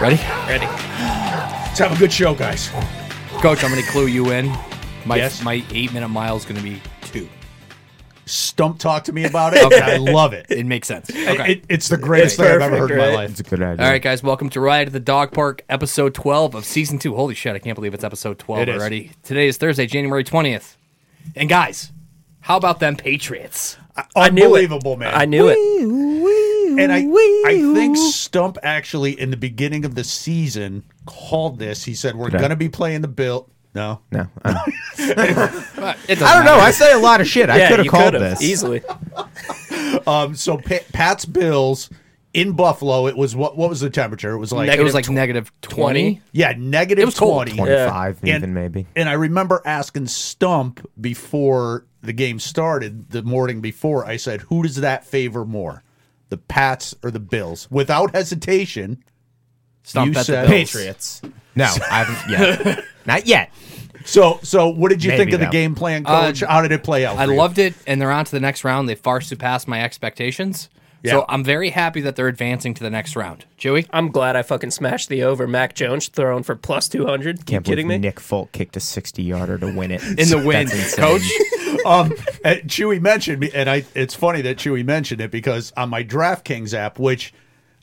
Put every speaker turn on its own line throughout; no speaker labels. Ready?
Ready?
Let's have a good show, guys.
Coach, I'm going to clue you in. My
Yes.
my eight minute mile is going to be two.
Stump talk to me about it. okay. I love it.
It makes sense. Okay.
It- It's the greatest thing I've ever heard
perfect,
in my
right?
life.
It's a good idea.
All right, guys, welcome to Ride at the Dog Park, episode 12 of season two. Holy shit, I can't believe it's episode 12
It is.
already. Today is Thursday, January 20th. And guys, how about them Patriots?
Unbelievable, man.
I knew it.
and I, I think Stump actually in the beginning of the season called this. He said we're
I?
going to be playing the Bill. No,
No, I don't-
Uh, it doesn't
I don't know.
matter.
I say a lot of shit. I
Yeah,
could have
you
called
could've,
this.
easily.
um, so Pa- Pat's Bills in Buffalo. It was what? What was the temperature? It was like
It was
Negative
like
tw-
negative 20.
yeah, negative
It was cold.
20.
Yeah.
25
And-
even maybe.
And I remember asking Stump before the game started, the morning before, I said, Who does that favor more? The Pats or the Bills? Without hesitation,
Stomp
You
at the
said-
Bills.
Patriots.
No, I haven't yet. Not yet.
So, so what did you
Maybe
think of the
that-
game plan, Coach? How did it play out?
Uh, I
for you?
loved it, and they're on to the next round. They far surpassed my expectations.
Yeah.
So I'm very happy that they're advancing to the next round. Joey?
I'm glad I fucking smashed the over. Mac Jones thrown for plus 200.
Can't
you kidding
believe
me?
Nick Folk kicked a 60 yarder to win it.
In the wind.
That's insane.
Coach?
Um, and Chewy mentioned, me- and I. It's funny that Chewy mentioned it because on my DraftKings app, which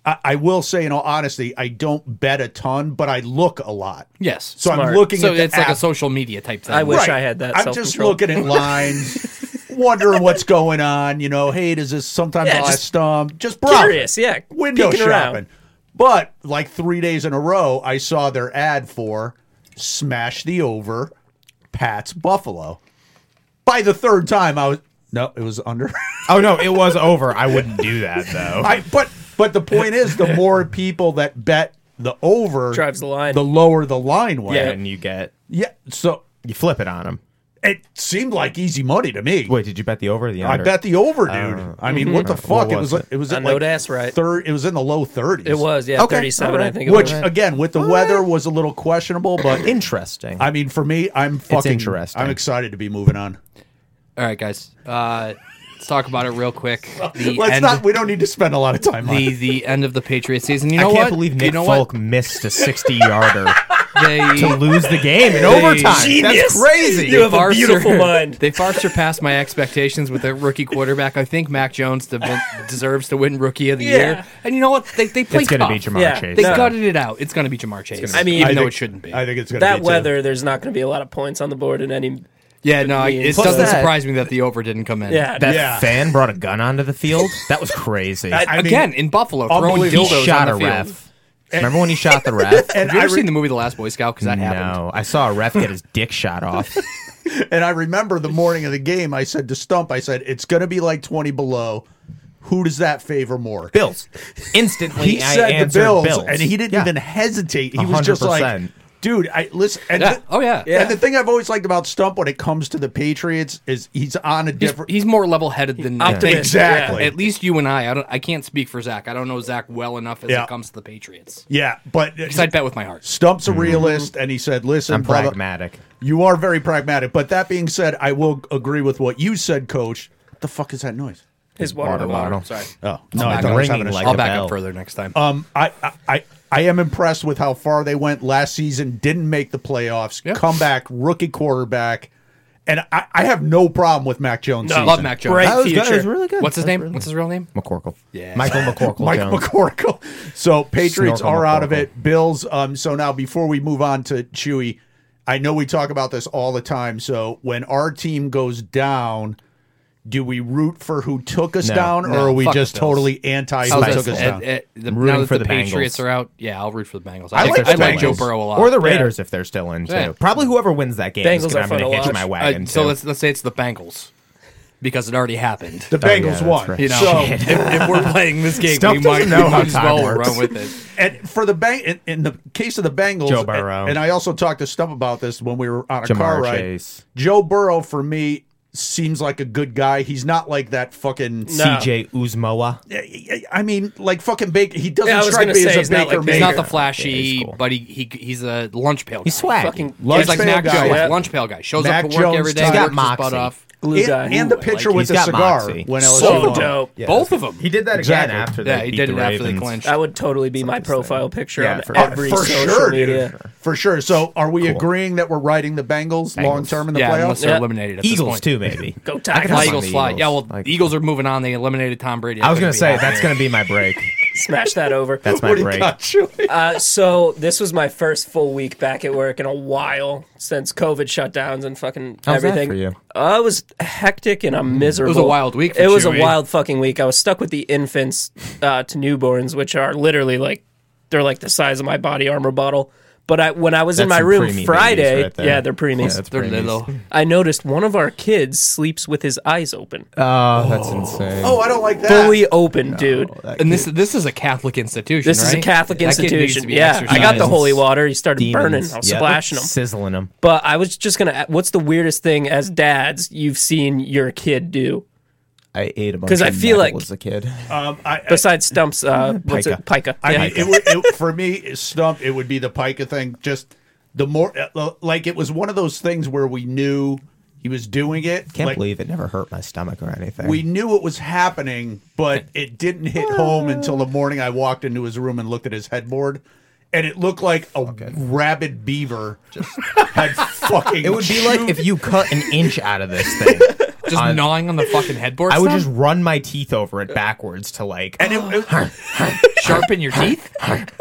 I, I will say in all honesty, I don't bet a ton, but I look a lot.
Yes.
So I'm
Smart.
looking
So
at the
it's like a
app.
social media type thing.
I wish
Right.
I had that.
I'm just
self-control.
looking at lines, wondering what's going on. You know, hey, does this sometimes
Yeah,
I'll
just
ask Stump? Just browsing,
curious, yeah,
Oh! window
peeking
shopping.
around.
But like three days in a row, I saw their ad for "Smash the Over," Pat's Buffalo. By the third time, I was no, it was under.
Oh no, it was over. I wouldn't do that though.
I but but the point is, the more people that bet the over
Drives the line.
the lower the line went.
Yeah.
And you get
yeah. So
you flip it on him.
it seemed like easy money to me.
Wait, did you bet the over or the
I
under?
bet the over, dude. I mean, what the
What
fuck? it
was
was like,
it?
it was
I
at
know
like
that's right.
Third, it was in the low thirties.
It was, yeah,
Okay,
37, I
alright.
think it
which
was.
again with the weather was a little questionable, but
interesting.
I mean, for me, I'm fucking.
interesting.
I'm excited to be moving on.
All right, guys. Uh, let's talk about it real quick. The
Let's
end,
not. We don't need to spend a lot of time on
the,
it.
the end of the Patriots season. You
I
know
can't
what?
believe
you
Nick
know
Folk missed a 60 yarder
What? They,
to lose the game in overtime. That's crazy.
You have a
far
beautiful
sur-
mind.
They far surpassed my expectations with a rookie quarterback. I think Mac Jones de- deserves to win Rookie of the
Yeah.
Year. And you know what? They, they played
It's going to
tough.
be Jamar
Yeah.
Chase.
They
No.
gutted it out. It's going to be Jamar Chase.
I mean-
even
I
though
think-
it shouldn't be.
I think it's gonna
That
be too.
weather, there's not going to be a lot of points on the board in any.
yeah, no, I,
mean,
it
plus
doesn't
that-
surprise me that the over didn't come in.
Yeah,
That-
Yeah.
Fan brought a gun onto the field. That was crazy.
I mean,
again in Buffalo, throwing
he
unbelievable.
dildos
shot
on the
a
field.
ref. Remember when he shot the ref?
And
Have you
I
ever
re-
seen the movie The Last Boy Scout? Because that happened.
No, I saw a ref get his dick shot off.
And I remember the morning of the game, I said to Stump, I said, it's going to be like 20 below. Who does that favor more?
Bills. Instantly,
He
I
said the
answered
Bills,
Bills,
and he didn't
Yeah.
even hesitate. He was just like,
100%.
dude, I listen. And
Yeah.
the-
Oh yeah.
Yeah.
And the thing I've always liked about Stump when it comes to the Patriots is he's on a
He's,
different.
he's more level-headed than I think.
Optimist,
Exactly.
At least you and I. I don't. I can't speak for Zach. I don't know Zach well enough as
Yeah.
it comes to the Patriots.
yeah, but
Because I'd bet with my heart.
Stump's a realist, and he said, listen,
"Mm-hmm." I'm
blah, blah-
pragmatic.
You are very pragmatic. But that being said, I will agree with what you said, Coach. What the fuck is that noise?
His water,
Water bottle.
Sorry.
Oh, no, I
back
thought I was
ringing
having a
like
I'll
a
back
bell.
up further next time.
Um, I, I- I, I am impressed with how far they went last season. Didn't make the playoffs.
Yeah.
Come back, rookie quarterback, and I, I have no problem with Mac Jones.
No.
season.
Love Mac Jones.
Great
That was good.
future.
It was really good.
What's his
That was
name?
really
What's his real name?
McCorkle.
Yeah.
Michael McCorkle.
Mike
Jones.
McCorkle. So Patriots
Snorkel
are out of
McCorkle.
it. Bills. Um. So now before we move on to Chewy, I know we talk about this all the time. So when our team goes down. Do we root for who took us
No.
down, or
No.
are we
Fuck
just
the Bills.
totally anti
I
who
was
took
gonna
us
say,
down?
eh, eh, the,
I'm rooting
now that
for
the,
the Bengals.
Patriots are out, yeah, I will root for the Bengals.
I
I,
like
like, I
their
like Joe
Bengals.
Burrow a lot.
Or the Raiders if they're still in, too.
Yeah.
Probably whoever wins that game is
Bengals
gonna-
are
I'm going
fun
to
to
hitch
watch.
my
Uh,
wagon.
so
to.
let's let's say it's the Bengals because it already happened.
The
yeah,
Bengals
that's
won.
right.
you know,
So,
if, if we're playing this game,
Stump
we
doesn't
might,
know
we
how
might as
time
well
works.
run with it.
And for the bang, in, in the case of the Bengals,
Joe Burrow.
And, and I also talked to Stump about this when we were on a
Jamar
car ride.
Chase.
Joe Burrow for me seems like a good guy. He's not like that
No.
fucking.
CJ Uzmoa.
I mean, like fucking Baker. He doesn't
Yeah, I was
strike
gonna
me
say,
as
he's
a
not
Baker.
like-
He's
Mayfield.
not the flashy,
Yeah, he's cool.
but he, he he's a lunch pail.
He's
guy.
swag.
Fucking-
He's
Lunch
like
pail
Mac
guy.
Jones,
Yeah.
lunch pail guy. Shows
Mac
up to work
Jones
every day,
type.
works
He's got
his butt
moxie.
off.
Glue
It-
guy.
and the pitcher
like
with
he's
the
got
cigar
moxie.
when LSU
so
won.
dope.
Yeah,
Both
that's-
of 'em.
He did that
Exactly.
again after
Yeah,
they
he
beat
did
the
it after they
Ravens.
clinched.
That would totally be my profile picture
Yeah,
on
for-
every
for
social
sure, dude.
media.
For sure. So, are we
Cool.
agreeing that we're riding the Bengals,
Bengals.
long term in the
yeah, unless
playoffs?
they're
Yeah.
eliminated at
Eagles
this point.
too, maybe.
Go
I could
Tigers.
My
have some
Eagles
of the
slide. Yeah, well,
Like-
the Eagles are moving on. They eliminated Tom Brady.
I was
That
gonna
could be
say
out.
that's gonna be my break.
Smash that over.
That's my
What do you
break.
got, Julie?
Uh, so this was my first full week back at work in a while since COVID shutdowns and fucking
How's that
everything.
for you?
Uh, it was hectic and I'm miserable.
wild week for
it was
Chewy.
a wild fucking week. I was stuck with the infants uh, to newborns, which are literally like they're like the size of my body armor bottle. But I, when I was in
That's
my
some
room
preemie
Friday,
babies right there.
yeah, they're preemies.
that's
They're
pretty nice.
little.
I noticed one of our kids sleeps with his eyes open,
Oh, that's insane.
Oh, I don't like that.
fully open, dude.
And this this is a Catholic institution.
This is a
right?
Catholic
That kid needs to
institution.
be
Yeah, I got the
exercised.
holy water. He started burning. I was
Yep.
splashing him.
sizzling them.
But I was just gonna. What's the weirdest thing as dads you've seen your kid do
I ate a bunch.
'Cause I
of
feel like-
was a kid.
Um, I, I-
besides Stump's? Uh, what's it? Pica.
I
Yeah.
mean, it would, it, for me, Stump, it would be the Pica thing. Just the more, uh, like, it was one of those things where we knew he was doing it.
Can't
like,
believe it never hurt my stomach or anything.
We knew it was happening, but it didn't hit home until the morning I walked into his room and looked at his headboard. And it looked like a rabid beaver just had fucking.
it would be like if you cut an inch out of this thing.
Just
I-
gnawing on the fucking headboard.
I would
stuff?
just run my teeth over it backwards to like,
And it, it-
sharpen your teeth.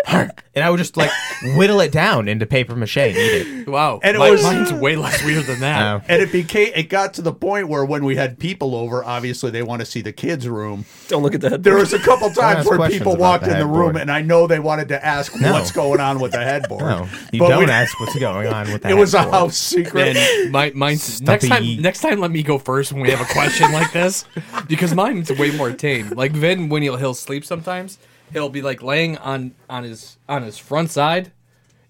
and I would just like whittle it down into paper mache and eat it.
Wow,
And it
My-
was-
mine's way less weird than that.
Oh.
and it became. It got to the point where when we had people over, obviously they want to see the kids' room.
Don't look at the head.
There was a couple times
ask
where
questions
people
about
walked
the
in the
headboard.
room, and I know they wanted to ask
No.
what's going on with the headboard.
No, you
But
don't
we-
ask what's going on with that.
It was a
headboard.
house secret.
And my mine's next time.
Stumpy.
Next time, let me go first when we have a question like this, because mine's way more tame. Like Vin, when he'll he'll sleep sometimes, he'll be like laying on on his on his front side,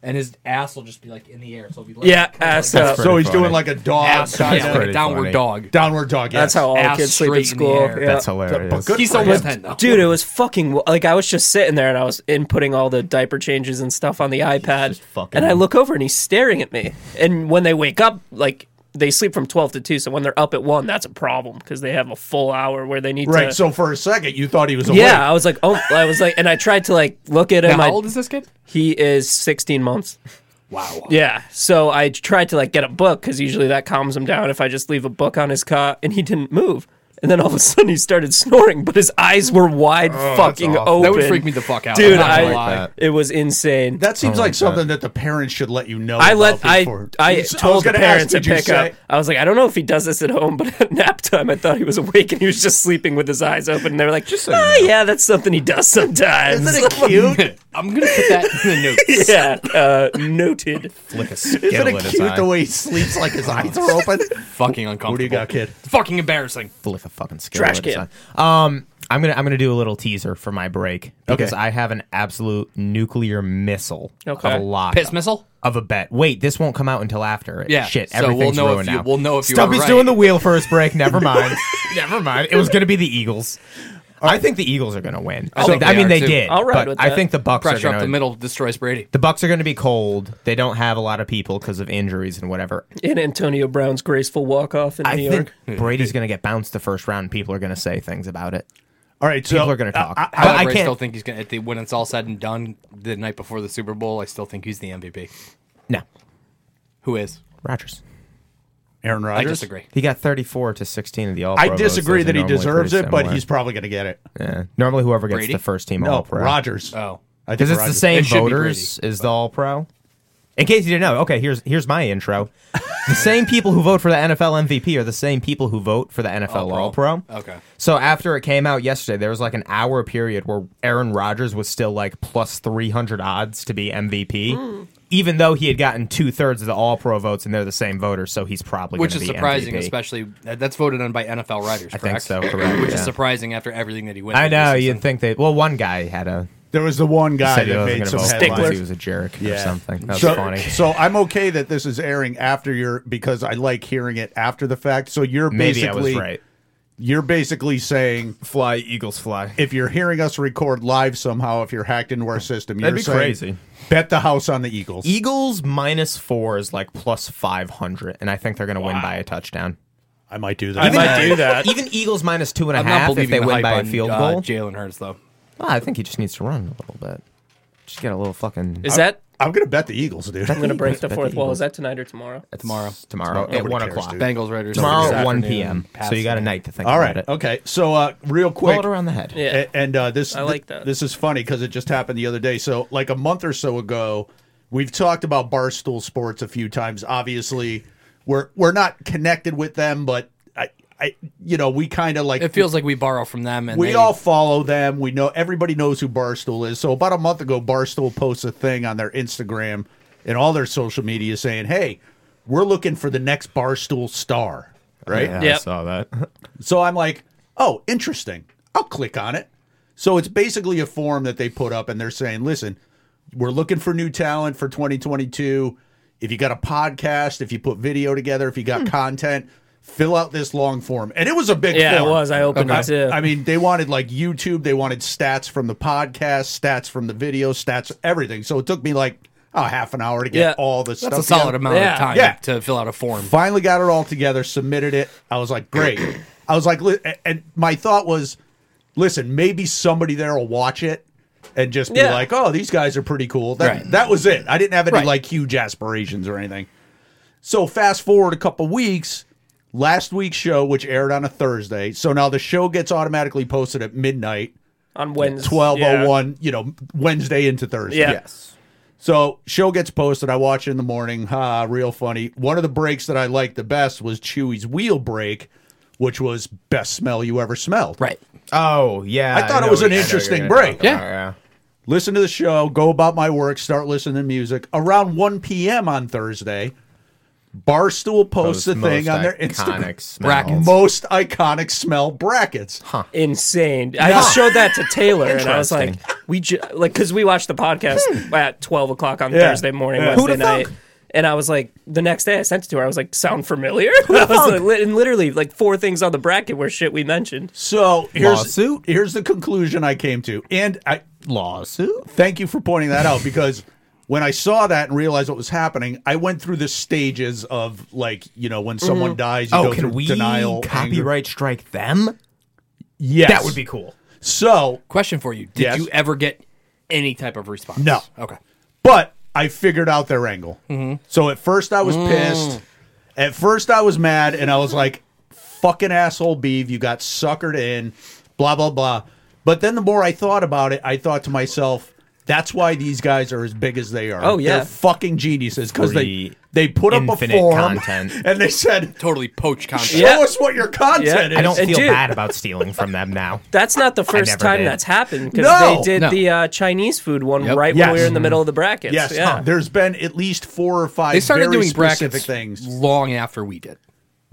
and his ass will just be like in the air. So he'll be laying
yeah, ass
That's
up.
pretty-
so he's doing
funny.
like a dog,
ass,
kinda.
yeah, like a
pretty
downward
funny.
dog.
downward dog. Yes.
That's how all
Ass
kids sleep
straight in
at
the
school.
air.
Yeah.
That's hilarious.
good-
He's
for
almost
him.
ten now.
Dude, it was fucking like I was just sitting there and I was inputting all the diaper changes and stuff on the iPad,
just fucking-
and I look over and he's staring at me. And when they wake up, like they sleep from twelve to two, so when they're up at one, that's a problem because they have a full hour where they need
right.
to.
So for a second, you thought he was awake.
yeah, I was like, oh, I was like, and I tried to like look at him.
Now,
I-
how old is this kid?
He is 16 months.
Wow.
Yeah. So I tried to like get a book because usually that calms him down if I just leave a book on his cot and he didn't move. And then all of a sudden he started snoring, but his eyes were wide fucking
awful.
open.
That would freak me the fuck out.
Dude,
I'm not
I,
gonna lie.
that.
it was insane.
That seems
like
like something that. the parents should let you know.
I let
about
I
before.
I
was
told the
gonna
parents
ask,
to
did you
pick
say-
up. I was like, I don't know if he does this at home, but at nap time, I thought he was awake and he was just sleeping with his eyes open. And they were like,
Just so you
"Ah,
know."
yeah, that's something he does sometimes.
Isn't it cute?
I'm gonna put that in the notes.
yeah, uh, noted.
Flick a
Isn't
skittle at
it
his
cute
eye.
the way he sleeps like his eyes are open?
Fucking uncomfortable.
What do you got, kid?
Fucking embarrassing.
Flick a fucking skittle
Trash
at his
can.
eye. Um, I'm gonna I'm gonna do a little teaser for my break because
Okay.
I have an absolute nuclear missile
Okay.
of a lot
Piss missile.
of a bet. Wait, this won't come out until after. it.
Yeah,
shit.
so we'll
Everything's
know if
ruined
you-
now.
we'll know if you
Stumpy's
are right.
doing the wheel first break. Never mind. Never mind. It was going to be the Eagles. I think the Eagles are going to win. I, think,
think
I
they
mean,
are,
they
too.
did.
I'll ride
but
with
I
that.
think the Bucks are
Pressure
going
up the middle destroys Brady.
The Bucks are going to be cold. They don't have a lot of people because of injuries and whatever.
In Antonio Brown's graceful walk off in
I
New
think
York.
Hmm.
Brady's going to get bounced the first round. People are going to say things about it.
All right, so uh,
People are going to talk.
I- I-
But
However, I,
I can't.
still think he's gonna. At the, when it's all said and done, the night before the Super Bowl, I still think he's the MVP.
no,
Who is?
Rogers.
Aaron
I
Rodgers.
disagree.
He got 34 to 16 of the All.
I
Pro votes.
disagree
Those are
that he
normally
deserves
pretty
it, but
similar.
he's probably going to get it.
Yeah. Normally, whoever gets
Brady?
the first team All
No,
Pro.
Rogers.
Oh,
I
Because
think
it's the
Rodgers-
same
It should be
voters as the All Pro. In case you didn't know, okay, here's here's my intro. the same people who vote for the NFL MVP are the same people who vote for the NFL All
All-Pro.
Pro.
Okay.
So after it came out yesterday, there was like an hour period where Aaron Rodgers was still like plus three hundred odds to be MVP, even though he had gotten two thirds of the All Pro votes, and they're the same voters, so he's probably
which
gonna
is
be
surprising,
MVP.
especially that- that's voted on by NFL writers. Correct?
think so, correct,
which
yeah.
is surprising after everything that he went.
I
through
know
this
you'd
season.
think they. Well, one guy had a
There was the one guy
said he
that
wasn't
Ah, made
going to
some
vote
headlines.
because he was a jerk or something. That was
so,
funny.
So I'm okay that this is airing after your because I like hearing it after the fact. So you're
Maybe I
basically
was right.
you're basically saying
Fly Eagles fly.
if you're hearing us record live somehow, if you're hacked into our system,
That'd
you're
be
saying,
crazy. E-
Bet the house on the Eagles.
Eagles minus four is like plus 500, and I think they're going to win by a touchdown.
I might do that.
I might do that.
Even Eagles minus two and a
I'm
half
not
if
believing
they
the
win
hype
by a
on,
field
uh,
goal.
Jalen Hurts though.
Well, I think he just needs to run a little bit. Just get a little fucking.
Is that?
I'm gonna bet the Eagles, dude.
I'm gonna break the
Bet the
fourth wall.
Eagles.
Is that tonight or tomorrow?
tomorrow.
Tomorrow at
Nobody
one
cares,
o'clock.
dude.
Bengals Raiders
Tomorrow
this
at one
afternoon.
p.m.
Pass
So you got a
it.
night to think.
All
about
right.
it.
Okay. So uh, real
Roll
quick,
it around the head.
Yeah.
A- And uh, this
I like that.
This is funny because it just happened the other day. So like a month or so ago, we've talked about Barstool Sports a few times. Obviously, we're we're not connected with them, but I, I you know, we kind of like
It feels like we borrow from them, and
we
they-
all follow them. We know everybody knows who Barstool is. So about a month ago, Barstool posts a thing on their Instagram and all their social media saying, "Hey, we're looking for the next Barstool star." Right?
Yep.
saw that.
So I'm like, oh, interesting. I'll click on it. So it's basically a form that they put up and they're saying, listen, we're looking for new talent for 2022. If you got a podcast, if you put video together, if you
Hmm.
got content, fill out this long form. And it was a big
Yeah, it
form.
was. I opened it too.
I mean, they wanted like YouTube, they wanted stats from the podcast, stats from the video, stats, everything. So it took me like oh, half an hour to get
Yeah.
all this
That's
stuff.
a solid
together.
amount
Yeah.
of time
Yeah.
to fill out a form.
Finally got it all together, submitted it. I was like, great. I was like, li- and my thought was, listen, maybe somebody there will watch it and just be
Yeah.
like, oh, these guys are pretty cool. That,
Right.
that was it. I didn't have any
Right.
like huge aspirations or anything. So fast forward a couple weeks, last week's show, which aired on a Thursday. So now the show gets automatically posted at midnight,
On Wednesday.
twelve oh one, you know, Wednesday into Thursday.
Yeah.
Yes.
So show gets posted. I watch it in the morning. Ha, real funny. One of the breaks that I liked the best was Chewy's wheel break, which was best smell you ever smelled.
Right.
Oh yeah.
I thought it
know
was
what-
an
I know what you're
interesting
gonna
break.
talk
Yeah.
about, Oh, yeah.
Listen to the show. Go about my work. Start listening to music around one p.m. on Thursday. Barstool posts a
Most
thing on their
iconic
Instagram.
smells.
Brackets.
Most iconic smell brackets.
Insane. I showed that to Taylor, and I was like,
Interesting.
we ju- like because we watched the podcast at twelve o'clock on
Yeah.
Thursday morning,
Yeah.
Wednesday
Who'da
night.
thunk?
And I was like, the next day I sent it to her. I was like, sound familiar? I was like, li- and literally like four things on the bracket were shit we mentioned.
So here's
Lawsuit?
here's the conclusion I came to, and I
Lawsuit.
thank you for pointing that out because when I saw that and realized what was happening, I went through the stages of like you know when someone dies, you
Oh,
go
can
through
we
denial, anger.
copyright strike them?
Yes,
That would be cool.
so.
Question for you: Did
Yes.
you ever get any type of response?
No.
Okay.
But I figured out their angle. So at first I was pissed. At first I was mad, and I was like, "Fucking asshole, Beeve, you got suckered in." Blah blah blah. But then the more I thought about it, I thought to myself. That's why these guys are as big as they are.
Oh, yeah.
they're fucking geniuses because they
Free,
they put up a
infinite
form
content.
and they said
Totally poached content.
Show
Yeah.
us what your content
Yeah,
is.
I don't
And
feel
dude-
bad about stealing from them now.
That's not the first
never
time
did.
that's happened because
No!
they did
No.
the uh, Chinese food one
Yep.
right
Yes.
when we were in the middle of the brackets.
Yes,
yeah.
huh. there's been at least four or five.
They started
very
doing
specific
brackets
things.
long after we did.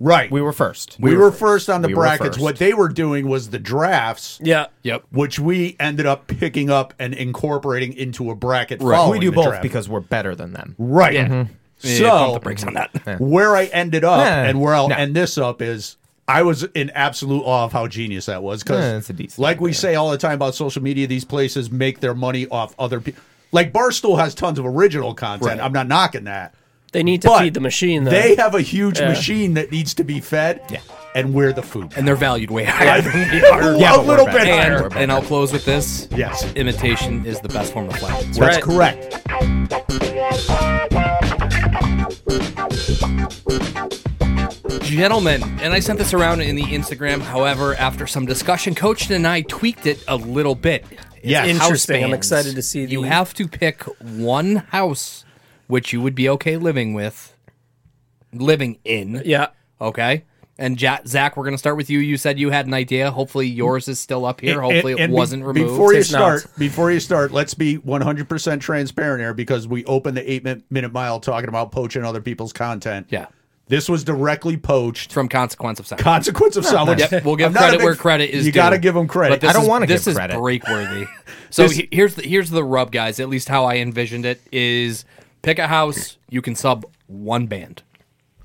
Right,
We were first.
we, were first on the
We were
brackets.
first.
What they were doing was the drafts,
yeah.
Yep.
which we ended up picking up and incorporating into a bracket.
Right. Mm-hmm.
following
We do
the
both
draft.
because we're better than them.
right.
Yeah, pump the
So
brakes on that.
where I ended up
Yeah.
and where I'll
No.
end this up is I was in absolute awe of how genius that was
Yeah,
because,
that's a decent
like we
idea.
say all the time about social media, these places make their money off other people. Like Barstool has tons of original content. I'm not knocking that.
They need to
But
feed the machine, though.
They have a huge machine that needs to be fed,
Yeah.
and we're the food.
and they're valued way higher than we are.
Yeah,
a
but we're
little bit
better.
higher.
And, and I'll close with this.
Yes.
Imitation is the best form of flattery.
That's
Right.
correct.
Gentlemen, and I sent this around in the Instagram. However, after some discussion, Coach and I tweaked it a little bit.
Yes.
It's
Interesting. I'm excited to see
You
the-
have to pick one house which you would be okay living with, living in.
yeah.
Okay. And ja- Zach, we're going to start with you. You said you had an idea. Hopefully, yours is still up here. Hopefully, it,
And- and be-
wasn't removed.
Before you
It's not.
start, before you start, let's be 100% transparent here because we opened the eight min- minute mile talking about poaching other people's content.
Yeah.
This was directly poached.
from consequence of sound.
Consequence of sound. which-
Yep, we'll give
I'm not a
credit
big-
where credit is.
You
due.
got to give them
But
credit.
this
I don't
is-
wanna
This
give
is
credit.
break worthy. So he- here's the here's the rub, guys. At least how I envisioned it is: pick a house. You can sub one band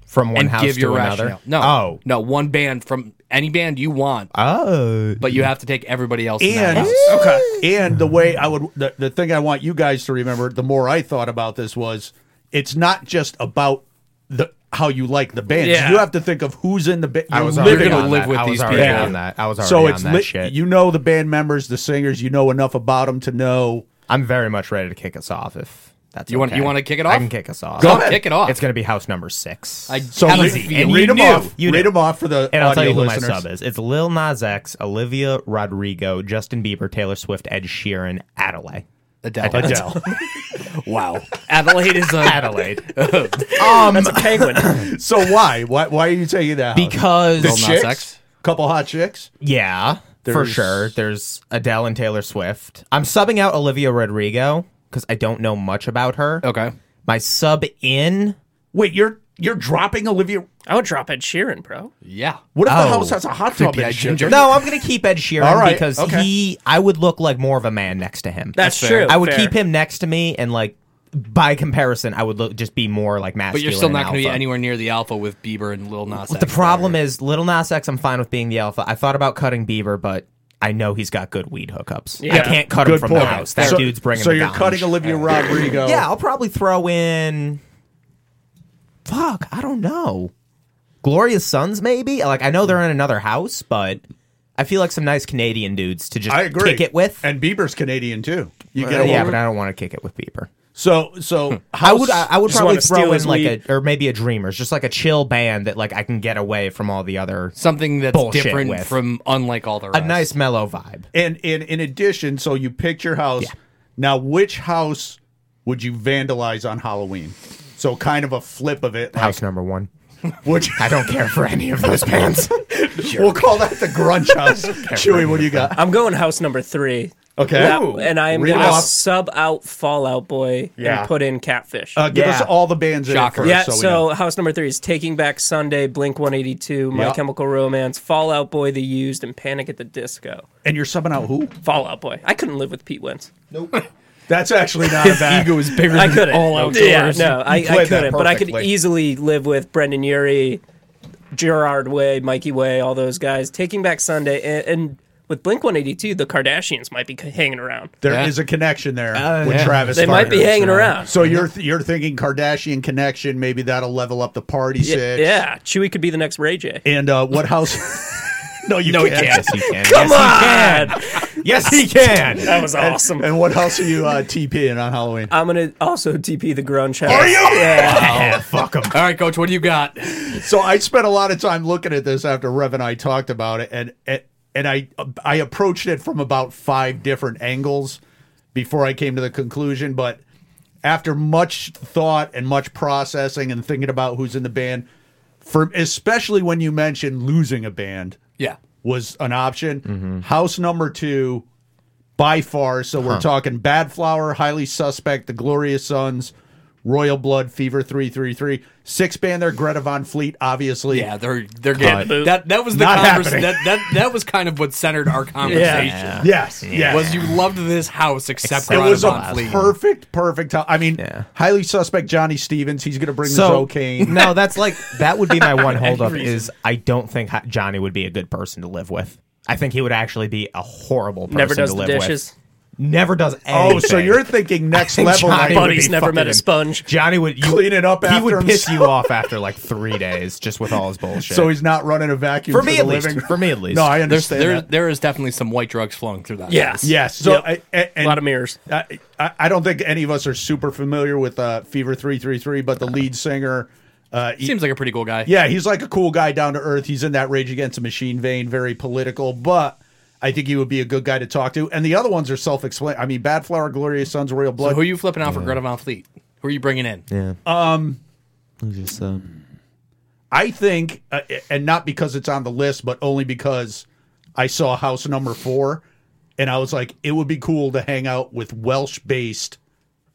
From one
and
house
give
to
your
another.
rationale. No,
Oh.
no, one band from any band you want,
Oh.
but you have to take everybody else. in that
and
house.
okay and the way i would the, the thing i want you guys to remember the more i thought about this was it's not just about the how you like the band.
Yeah.
You have to think of who's in the band.
I was
You're
already
living
on
to live
that.
with
I was
these
already
people.
on that. I was already
so it's
on that
lit-
shit.
you know the band members, the singers. You know enough about them to know.
I'm very much ready to kick us off if that's
You want-
okay.
you wanna kick it
I
off?
can kick us off.
Go ahead. Kick it off.
It's gonna be house number six.
I
So
have a
read,
feeling.
read
You
them
knew.
off.
You
read
knew.
them off for the
and
audio
I'll tell you who
listeners.
my sub is. It's Lil Nas X, Olivia Rodrigo, Justin Bieber, Taylor Swift, Ed Sheeran, Adelaide.
Adele.
Adele.
Wow. Adelaide is a
Adelaide.
Um,
That's a penguin.
so why? Why? Why are you taking that? house?
because
the
Lil Nas
chicks,
X?
couple hot chicks.
Yeah, for
There's-
sure. There's Adele and Taylor Swift. I'm subbing out Olivia Rodrigo because I don't know much about her.
okay.
My sub in.
Wait, you're you're dropping Olivia.
I would drop Ed Sheeran, bro.
Yeah.
What if the
Oh.
house has a hot tub?
Creepy
and
eyed
shit?
ginger.
No, I'm gonna keep Ed Sheeran
All right,
because
okay.
he. I would look like more of a man next to him.
That's,
That's fair.
true.
I would
Fair.
keep him next to me and like. By comparison, I would look, just be more like masculine.
But you're still not
going
be
to
anywhere near the alpha with Bieber and Lil Nas.
The problem is, Little Nas X, I'm fine with being the alpha. I thought about cutting Bieber, but I know he's got good weed hookups. I
Yeah.
can't cut him
Good
from
point.
the house. That
so,
dude's bringing.
So
the
you're
ganja.
cutting Olivia Rodrigo.
Yeah, I'll probably throw in. Fuck, I don't know. Gloria's sons, maybe. Like I know they're in another house, but I feel like some nice Canadian dudes to just
I agree.
kick it with.
and Bieber's Canadian too. You
Uh,
get
yeah,
yeah,
but I don't want to kick it with Bieber.
So so
I would. I, I would
Just
probably
wanna steal
throw in
his
like
weed.
a or maybe a Dreamers, just like a chill band that like I can get away from all the other.
something that's
Bullshit
different
with.
from unlike all the
A
rest.
nice mellow vibe.
and and in addition, so you picked your house. Now, which house would you vandalize on Halloween? So kind of a flip of it. Like,
House number one.
which
I don't care for any of those bands.
we'll call that the grunge house. Chewy, what do you got?
I'm going house number three.
Okay,
That- and I am
Read
going
it
to
off.
sub out Fallout Boy
Yeah.
and put in Catfish.
Uh, give
Yeah.
us all the bands in it
Shocker.
first.
yeah,
so,
so,
we know.
house number three is Taking Back Sunday, Blink 182, My
Yeah.
Chemical Romance, Fallout Boy, The Used, and Panic at the Disco.
and you're subbing out who?
Fallout Boy. I couldn't live with Pete Wentz.
That's actually not a bad.
ego is bigger
I
than
couldn't.
all outdoors.
Yeah, no, I, I
played that
couldn't. But I could
perfectly.
easily live with Brendan Urie, Gerard Way, Mikey Way, all those guys. Taking Back Sunday, and, and with Blink 182, the Kardashians might be c- hanging around.
There is
Yeah.
a connection there with Travis.
Uh, They might be
Barker.
hanging around.
So you're th- you're thinking Kardashian connection? Maybe that'll level up the party
Y-
six.
Yeah, Chewy could be the next Ray J.
And uh, what house? no, you can't.
Yes, you can.
Come
yes,
on!
on. Yes, he can.
That was awesome.
And what house are you uh, TPing on Halloween?
I'm gonna also TP the grunge house. Are you?
Yeah, fuck him.
All right, coach, what do you got?
So I spent a lot of time looking at this after Rev and I talked about it, and and, and I I approached it from about five different angles before I came to the conclusion. But after much thought and much processing and thinking about who's in the band, for especially when you mentioned losing a band
Yeah.
was an option.
Mm-hmm.
House number two by far. So we're talking Bad Flower, Highly Suspect, The Glorious Sons, Royal Blood, Fever 333. Six band there, Greta Von Fleet, obviously.
Yeah, they're they're getting
Cut.
that. That was the
Not
convers-
happening.
that, that that was kind of what centered our conversation.
Yes. Yeah.
Was you loved this house except
it
for
was
Audubon
a
Fleet.
perfect, perfect. hou- I mean,
Yeah.
highly suspect Johnny Stevens. He's going to bring the
So
Zocane.
no, that's like that would be my one holdup is I don't think ho- Johnny would be a good person to live with. I think he would actually be a horrible person
Never does
to
the
live
dishes.
with. Never does anything.
Oh, so you're thinking next
think
level.
Johnny
like-
would be
Buddy's never met a
fucking-
sponge.
Johnny would you,
Clean it up
He
after
would piss
himself.
you off after like three days just with all his bullshit.
so he's not running a vacuum
for me
the
at least.
living.
For me at least.
No, I
There's
understand.
there
that.
there is definitely some white drugs flowing through that.
Yes.
Yes. So
Yep.
I, and,
a lot of mirrors.
I, I I don't think any of us are super familiar with uh, Fever three three three, but the lead singer, uh, he-
seems like a pretty cool guy.
yeah, he's like a cool guy, down to earth. He's in that Rage Against the Machine vein, very political, but. I think he would be a good guy to talk to, and the other ones are self-explained. I mean, Bad Flower, Glorious Sons, Royal Blood.
So who are you flipping out for Greta Von Fleet? Who are you bringing in?
I think, uh, and not because it's on the list, but only because I saw house number four, and I was like, it would be cool to hang out with Welsh-based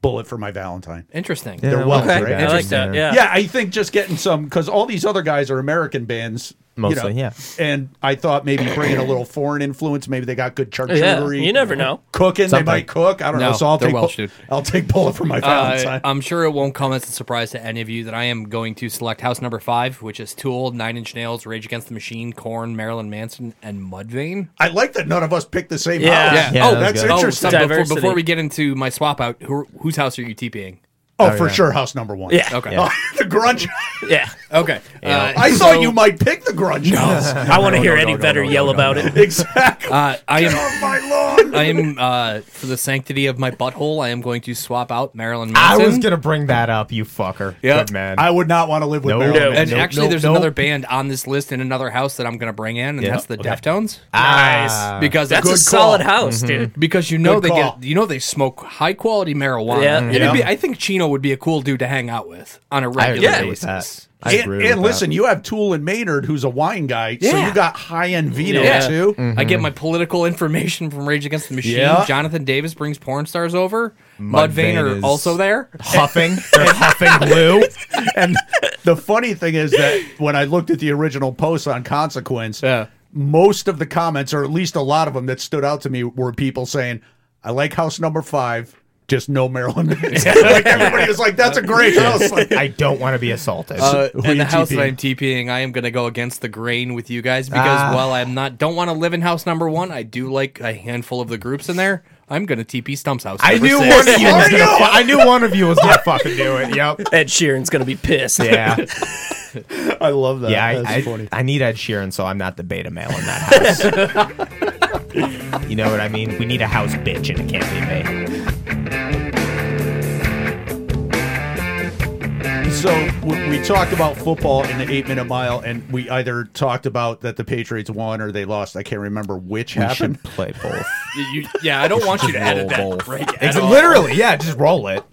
Bullet for my Valentine.
Interesting.
They're Welsh,
Okay,
right?
I like that. Yeah.
yeah, I think just getting some because all these other guys are American bands, you
Mostly,
know,
yeah.
And I thought maybe bringing a little foreign influence. Maybe they got good
Yeah,
charcuterie.
you never know.
cooking.
Something.
They might cook. I don't know.
No,
So I'll
they're
take.
Welsh,
bu-
dude.
I'll take bullet for my
Uh,
Valentine.
I'm sure it won't come as a surprise to any of you that I am going to select house number five, which is Tool, Nine Inch Nails, Rage Against the Machine, Corn, Marilyn Manson, and Mudvayne.
I like that none of us picked the same
Yeah.
house.
Yeah,
that
oh,
was
that's interesting.
good.
Interesting.
before,
Diversity.
before we get into my swap out, who, whose house are you TPing?
Oh,
Oh,
for
yeah.
sure, house number one.
Yeah.
Okay.
Oh, the grunge.
Yeah.
Okay. Uh,
I thought you might pick the grunge house.
I want to
no,
hear
no,
Eddie
no,
Vedder
no, no,
yell
no,
about it.
exactly. Oh,
uh, I am.
My lawn.
I am uh, for the sanctity of my butthole. I am going to swap out Marilyn
I
Manson.
was gonna bring that up, you fucker.
Yeah.
Good man.
I would not want to live with
No.
Marilyn
No.
And
Manson.
Nope,
actually,
nope,
there's
nope.
another band on this list in another house that I'm going to bring in, and
Yeah.
that's the
Okay.
Deftones.
Ah.
because
That's a
Good
solid
call.
house, dude.
because you know
Good
they
call.
get you know they smoke high quality marijuana.
Yeah.
And it'd
Yeah.
be- I think Chino would be a cool dude to hang out with on a
I
regular
agree
Yeah.
with
basis.
that. I
And,
agree with
and
that.
listen, you have Tool and Maynard, who's a wine guy, so
Yeah.
you got high end Vito
Yeah.
too.
I
Mm-hmm.
get my political information from Rage Against the Machine.
Yeah.
Jonathan Davis brings porn stars over. Mudvayne
Mudvayne
are
is-
also there.
huffing, they're huffing glue.
And the funny thing is that when I looked at the original post on Consequence,
Yeah.
most of the comments, or at least a lot of them that stood out to me, were people saying, "I like house number five, just no Maryland." like everybody was like, "That's a great house." Like,
I don't want to be assaulted.
Uh,
Who
and
you
the house that
TPing?
I'm TPing, I am going to go against the grain with you guys because
Ah.
while I'm not don't want to live in house number one, I do like a handful of the groups in there. I'm going to TP Stump's house.
I
number
knew
six.
one of you was
Are
gonna.
you?
fu- I knew one of you was gonna fucking do it. Yep.
Ed Sheeran's gonna be pissed.
Yeah,
I love that.
yeah.
That's
I, I,
funny.
I need Ed Sheeran, so I'm not the beta male in that house. you know what I mean? We need a house bitch, and it can't be me.
So we, we talked about football in the eight-minute mile, and we either talked about that the Patriots won or they lost. I can't remember which
I
happened.
should play both.
You- yeah, I don't want you to edit
Roll
that.
both.
Right
Ex-
at all.
literally, yeah. Just roll it.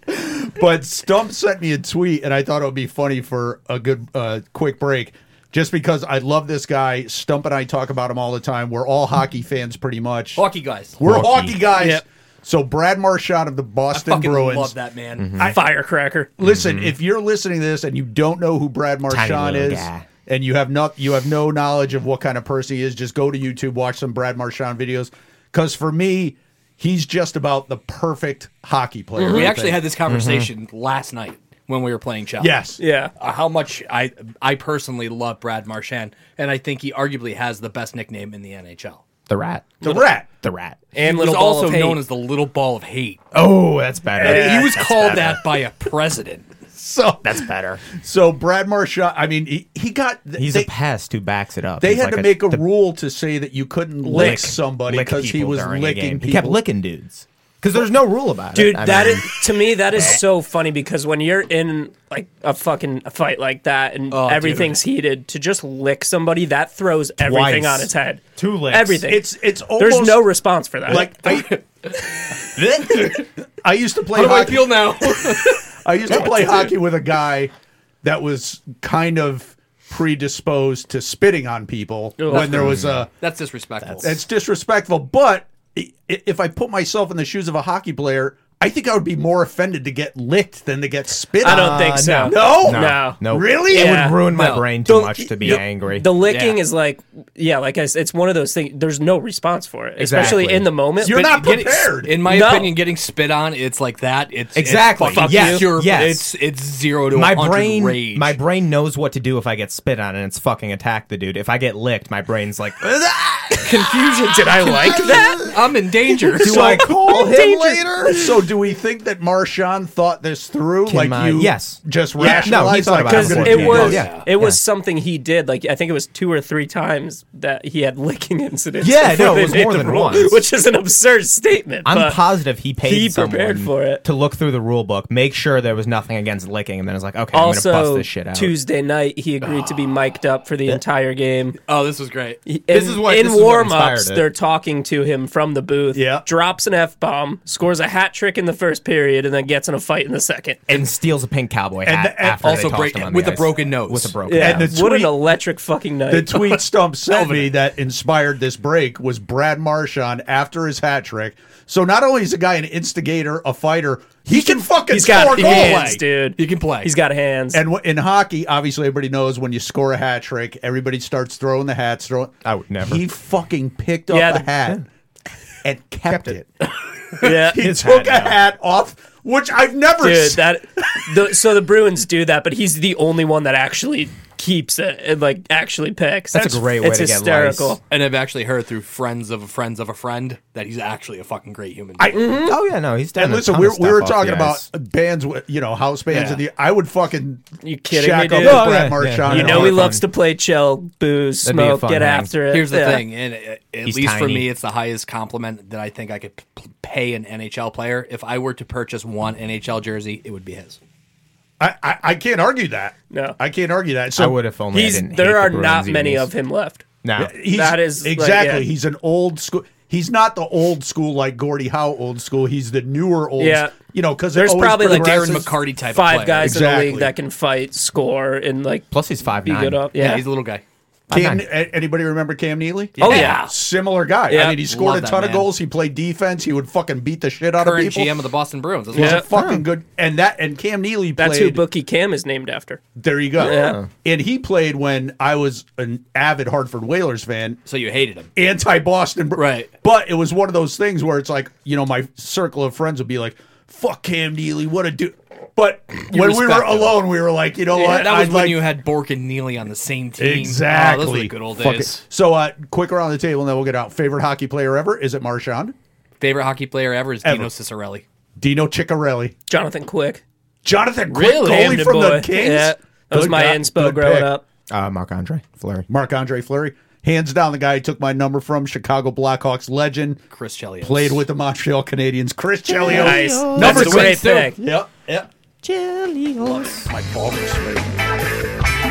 But Stump sent me a tweet, and I thought it would be funny for a good uh, quick break, just because I love this guy. Stump and I talk about him all the time. We're all hockey fans, pretty much.
Hockey guys.
We're
Hockey.
hockey, guys.
Yep.
So Brad Marchand of the Boston
fucking
Bruins.
love that man.
Mm-hmm.
Firecracker.
Listen, if you're listening to this and you don't know who Brad Marchand
little
is,
guy.
and you have not you have no knowledge of what kind of person he is, just go to YouTube, watch some Brad Marchand videos. Because for me, he's just about the perfect hockey player.
Mm-hmm. We
I
actually
think.
had this conversation last night when we were playing chess.
yes,
Yeah.
Uh, how much I I personally love Brad Marchand, and I think he arguably has the best nickname in the NHL.
The rat.
the rat.
The rat.
And
He was
little ball
also
of hate.
known as the Little Ball of Hate.
Oh, that's better.
he was called that by a president.
So
That's better.
So Brad Marchand, I mean, he, he got.
He's
they,
a pest who backs it up.
They
He's
had
like
to make a,
the
rule to say that you couldn't lick, somebody
lick
because he
people
was
during a
licking
game.
people.
He kept licking dudes because there's no rule about it,
Dude,
I
that
mean,
is to me that is so funny because when you're in like a fucking fight like that and
Oh, dude.
everything's heated, to just lick somebody that throws everything on its head.
Two licks.
Everything.
It's it's almost
There's no response for that.
like I, I used to play.
How do I
hockey-
feel now?
I used to play hockey with a guy that was kind of predisposed to spitting on people when there was a.
That's disrespectful.
It's disrespectful, but i- i- if I put myself in the shoes of a hockey player, I think I would be more offended to get licked than to get spit.
I
on.
don't think so.
No?
Uh, no,
No.
no.
Really?
It
Yeah.
would ruin my
No.
brain too
Don't-
much to be
the-
angry.
The licking
Yeah.
is like, yeah, like I said, it's one of those things. There's no response for it, especially
Exactly.
in the moment.
You're
but-
not
Getting-
prepared.
in my
No.
opinion, getting spit on, it's like that. It's
Exactly.
It's fucking
Yes,
pure-
yes.
It's it's zero to
my
100
brain,
Rage.
my brain knows what to do if I get spit on and it's fucking attack the dude. If I get licked, my brain's like,
confusion. Did I like that? I'm in danger.
do I call him
Danger.
later?
So do we think that Marshawn thought this through? like
my-
you
yes.
just
Yeah, no, he
rationalized
thought
like,
about it
I'm
because
gonna
it
before
do
Yeah.
was
this.
Yeah.
it was something he did. Like I think it was two or three times that he had licking incidents.
Yeah,
before
no, it
they
was
made
more
the
than
rule,
once.
which is an absurd statement.
I'm
but
positive he paid
he
someone
prepared for it.
to look through the rule book, make sure there was nothing against licking, and then it's like, okay, I'm gonna bust
Also,
this shit out.
Tuesday night he agreed to be mic'd up for the entire game.
Oh, this was great.
In,
This is what-
in
this is what
warm-ups
inspired it.
they're talking to him from the booth.
Yeah.
drops an f bomb, scores a hat trick in the first period, and then gets in a fight in the second.
and steals a pink cowboy
And
hat
the- and
after they
also
tossed
break-
him on
with
the
a
ice.
broken nose.
with a broken
Yeah,
And
nose.
the
what an
tweet-
electric fucking night.
The tweet Stump sent me that inspired this break was Brad Marchand after his hat trick. So not only is the guy an instigator, a fighter, he, can, fucking
He's
score
got
a goal.
hands,
like.
dude.
He can play.
He's got hands.
And wh- in hockey, obviously, everybody knows when you score a hat trick, everybody starts throwing the hats. Throwing.
I would never.
He fucking picked up
Yeah,
a
the-
hat and kept, it.
yeah,
He
His
took
hat
a
now.
hat off, which I've never
dude.
seen.
That the, so the Bruins do that, but he's the only one that actually keeps it and like actually picks.
That's a great way
it's
to get
hysterical.
lice.
And I've actually heard through friends of friends of a friend that he's actually a fucking great human being.
Oh yeah, no, he's done.
And
a
listen,
ton
we
of
were, we
stuff
were
off
talking
the
about
ice.
bands, with, you know, house bands,
Yeah.
and the I would fucking
You kidding
shack
me,
up
dude?
with
Oh,
Brad
yeah,
Marchand.
yeah.
You
and
know
all
he
that.
loves
fun.
to play chill, booze,
That'd be a
smoke,
fun
get
hang.
after it.
Here's the
Yeah.
thing, and at, at
He's
least for
tiny.
me, it's the highest compliment that I think I could p- p- pay an NHL player. If I were to purchase one NHL jersey, it would be his.
I, I I can't argue that.
No.
I can't argue that. So
I would if only Oh, I
He's
didn't. hate
there
the
are
Bruins
not many
unis.
of him left.
No,
He's,
That is, like,
exactly.
yeah.
He's an old school. He's not the old school like Gordie Howe old school. He's the newer old.
Yeah.
You know, because
There's probably, like,
Darren
Versus
McCarty type
Five
of player.
guys in the
Exactly.
league that can fight, score, and like
plus he's five
be
nine.
good up.
Yeah,
Yeah.
he's a little guy.
Cam, a- anybody remember Cam Neely?
Oh, yeah.
Similar guy.
Yeah.
I mean, he scored
Love
a
that
ton of
man.
goals. He played defense. He would fucking beat the shit out
Current
of people.
GM of the Boston Bruins. That's
Yeah.
yeah.
He's a fucking good. And that and Cam Neely played.
That's who Bookie Cam is named after.
there you go.
Yeah.
And he played when I was an avid Hartford Whalers fan.
So you hated him.
anti Boston.
Right.
But it was one of those things where it's like, you know, my circle of friends would be like, fuck Cam Neely, what a dude. But when we
respect
were
him.
alone, we were like, you know what?
that was
I'd
when
like-
you had Bork and Neely on the same team.
Exactly.
Oh, those were the good old
Fuck
days.
it. So, uh, quick around the table, and then we'll get out. Favorite hockey player ever? Is it Marchand?
Favorite hockey player ever is
Ever.
Dino Cicerelli.
Dino Ciccarelli.
Jonathan Quick.
Jonathan Quick,
Really?
goalie
Camden
from
boy.
the Kings.
Yeah. That was
Good
my
guy.
inspo
Good
growing
pick.
up.
Uh, Marc Andre Fleury.
Marc Andre Fleury. Hands down, the guy who took my number from Chicago Blackhawks legend.
Chris Chelios.
Played with the Montreal Canadiens. Chris Chelios.
Nice.
Number
That's a great
six, too.
pick.
Yep. Yep.
Chelios.
My father's favorite.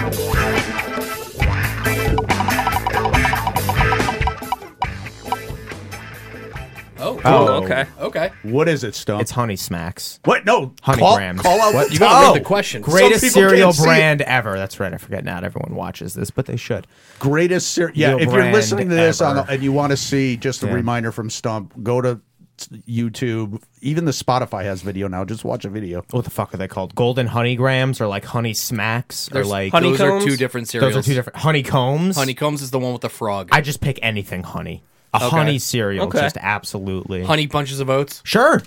Oh,
Oh,
Oh.
okay.
okay.
What is it, Stone?
It's Honey Smacks.
what? No,
Honey
call,
grams.
Call out
What?
the
You gotta
oh,
read the question.
Greatest
people can't
cereal
see it.
brand ever. That's right. I forget. Not everyone watches this, but they should.
Greatest ser- Yeah,
Real
if you're
brand
listening to this on the,
ever.
and you want to see just a
Yeah.
reminder from Stump, go to YouTube. Even the Spotify has video now. Just watch a video.
What the fuck are they called? Golden Honey Grams or like Honey Smacks or
There's-
like
honey-
those are
Honeycombs?
two different cereals.
those are two different honeycombs.
Honeycombs is the one with the frog.
I just pick anything honey. A honey cereal,
Okay.
just absolutely.
Honey bunches of oats.
Sure,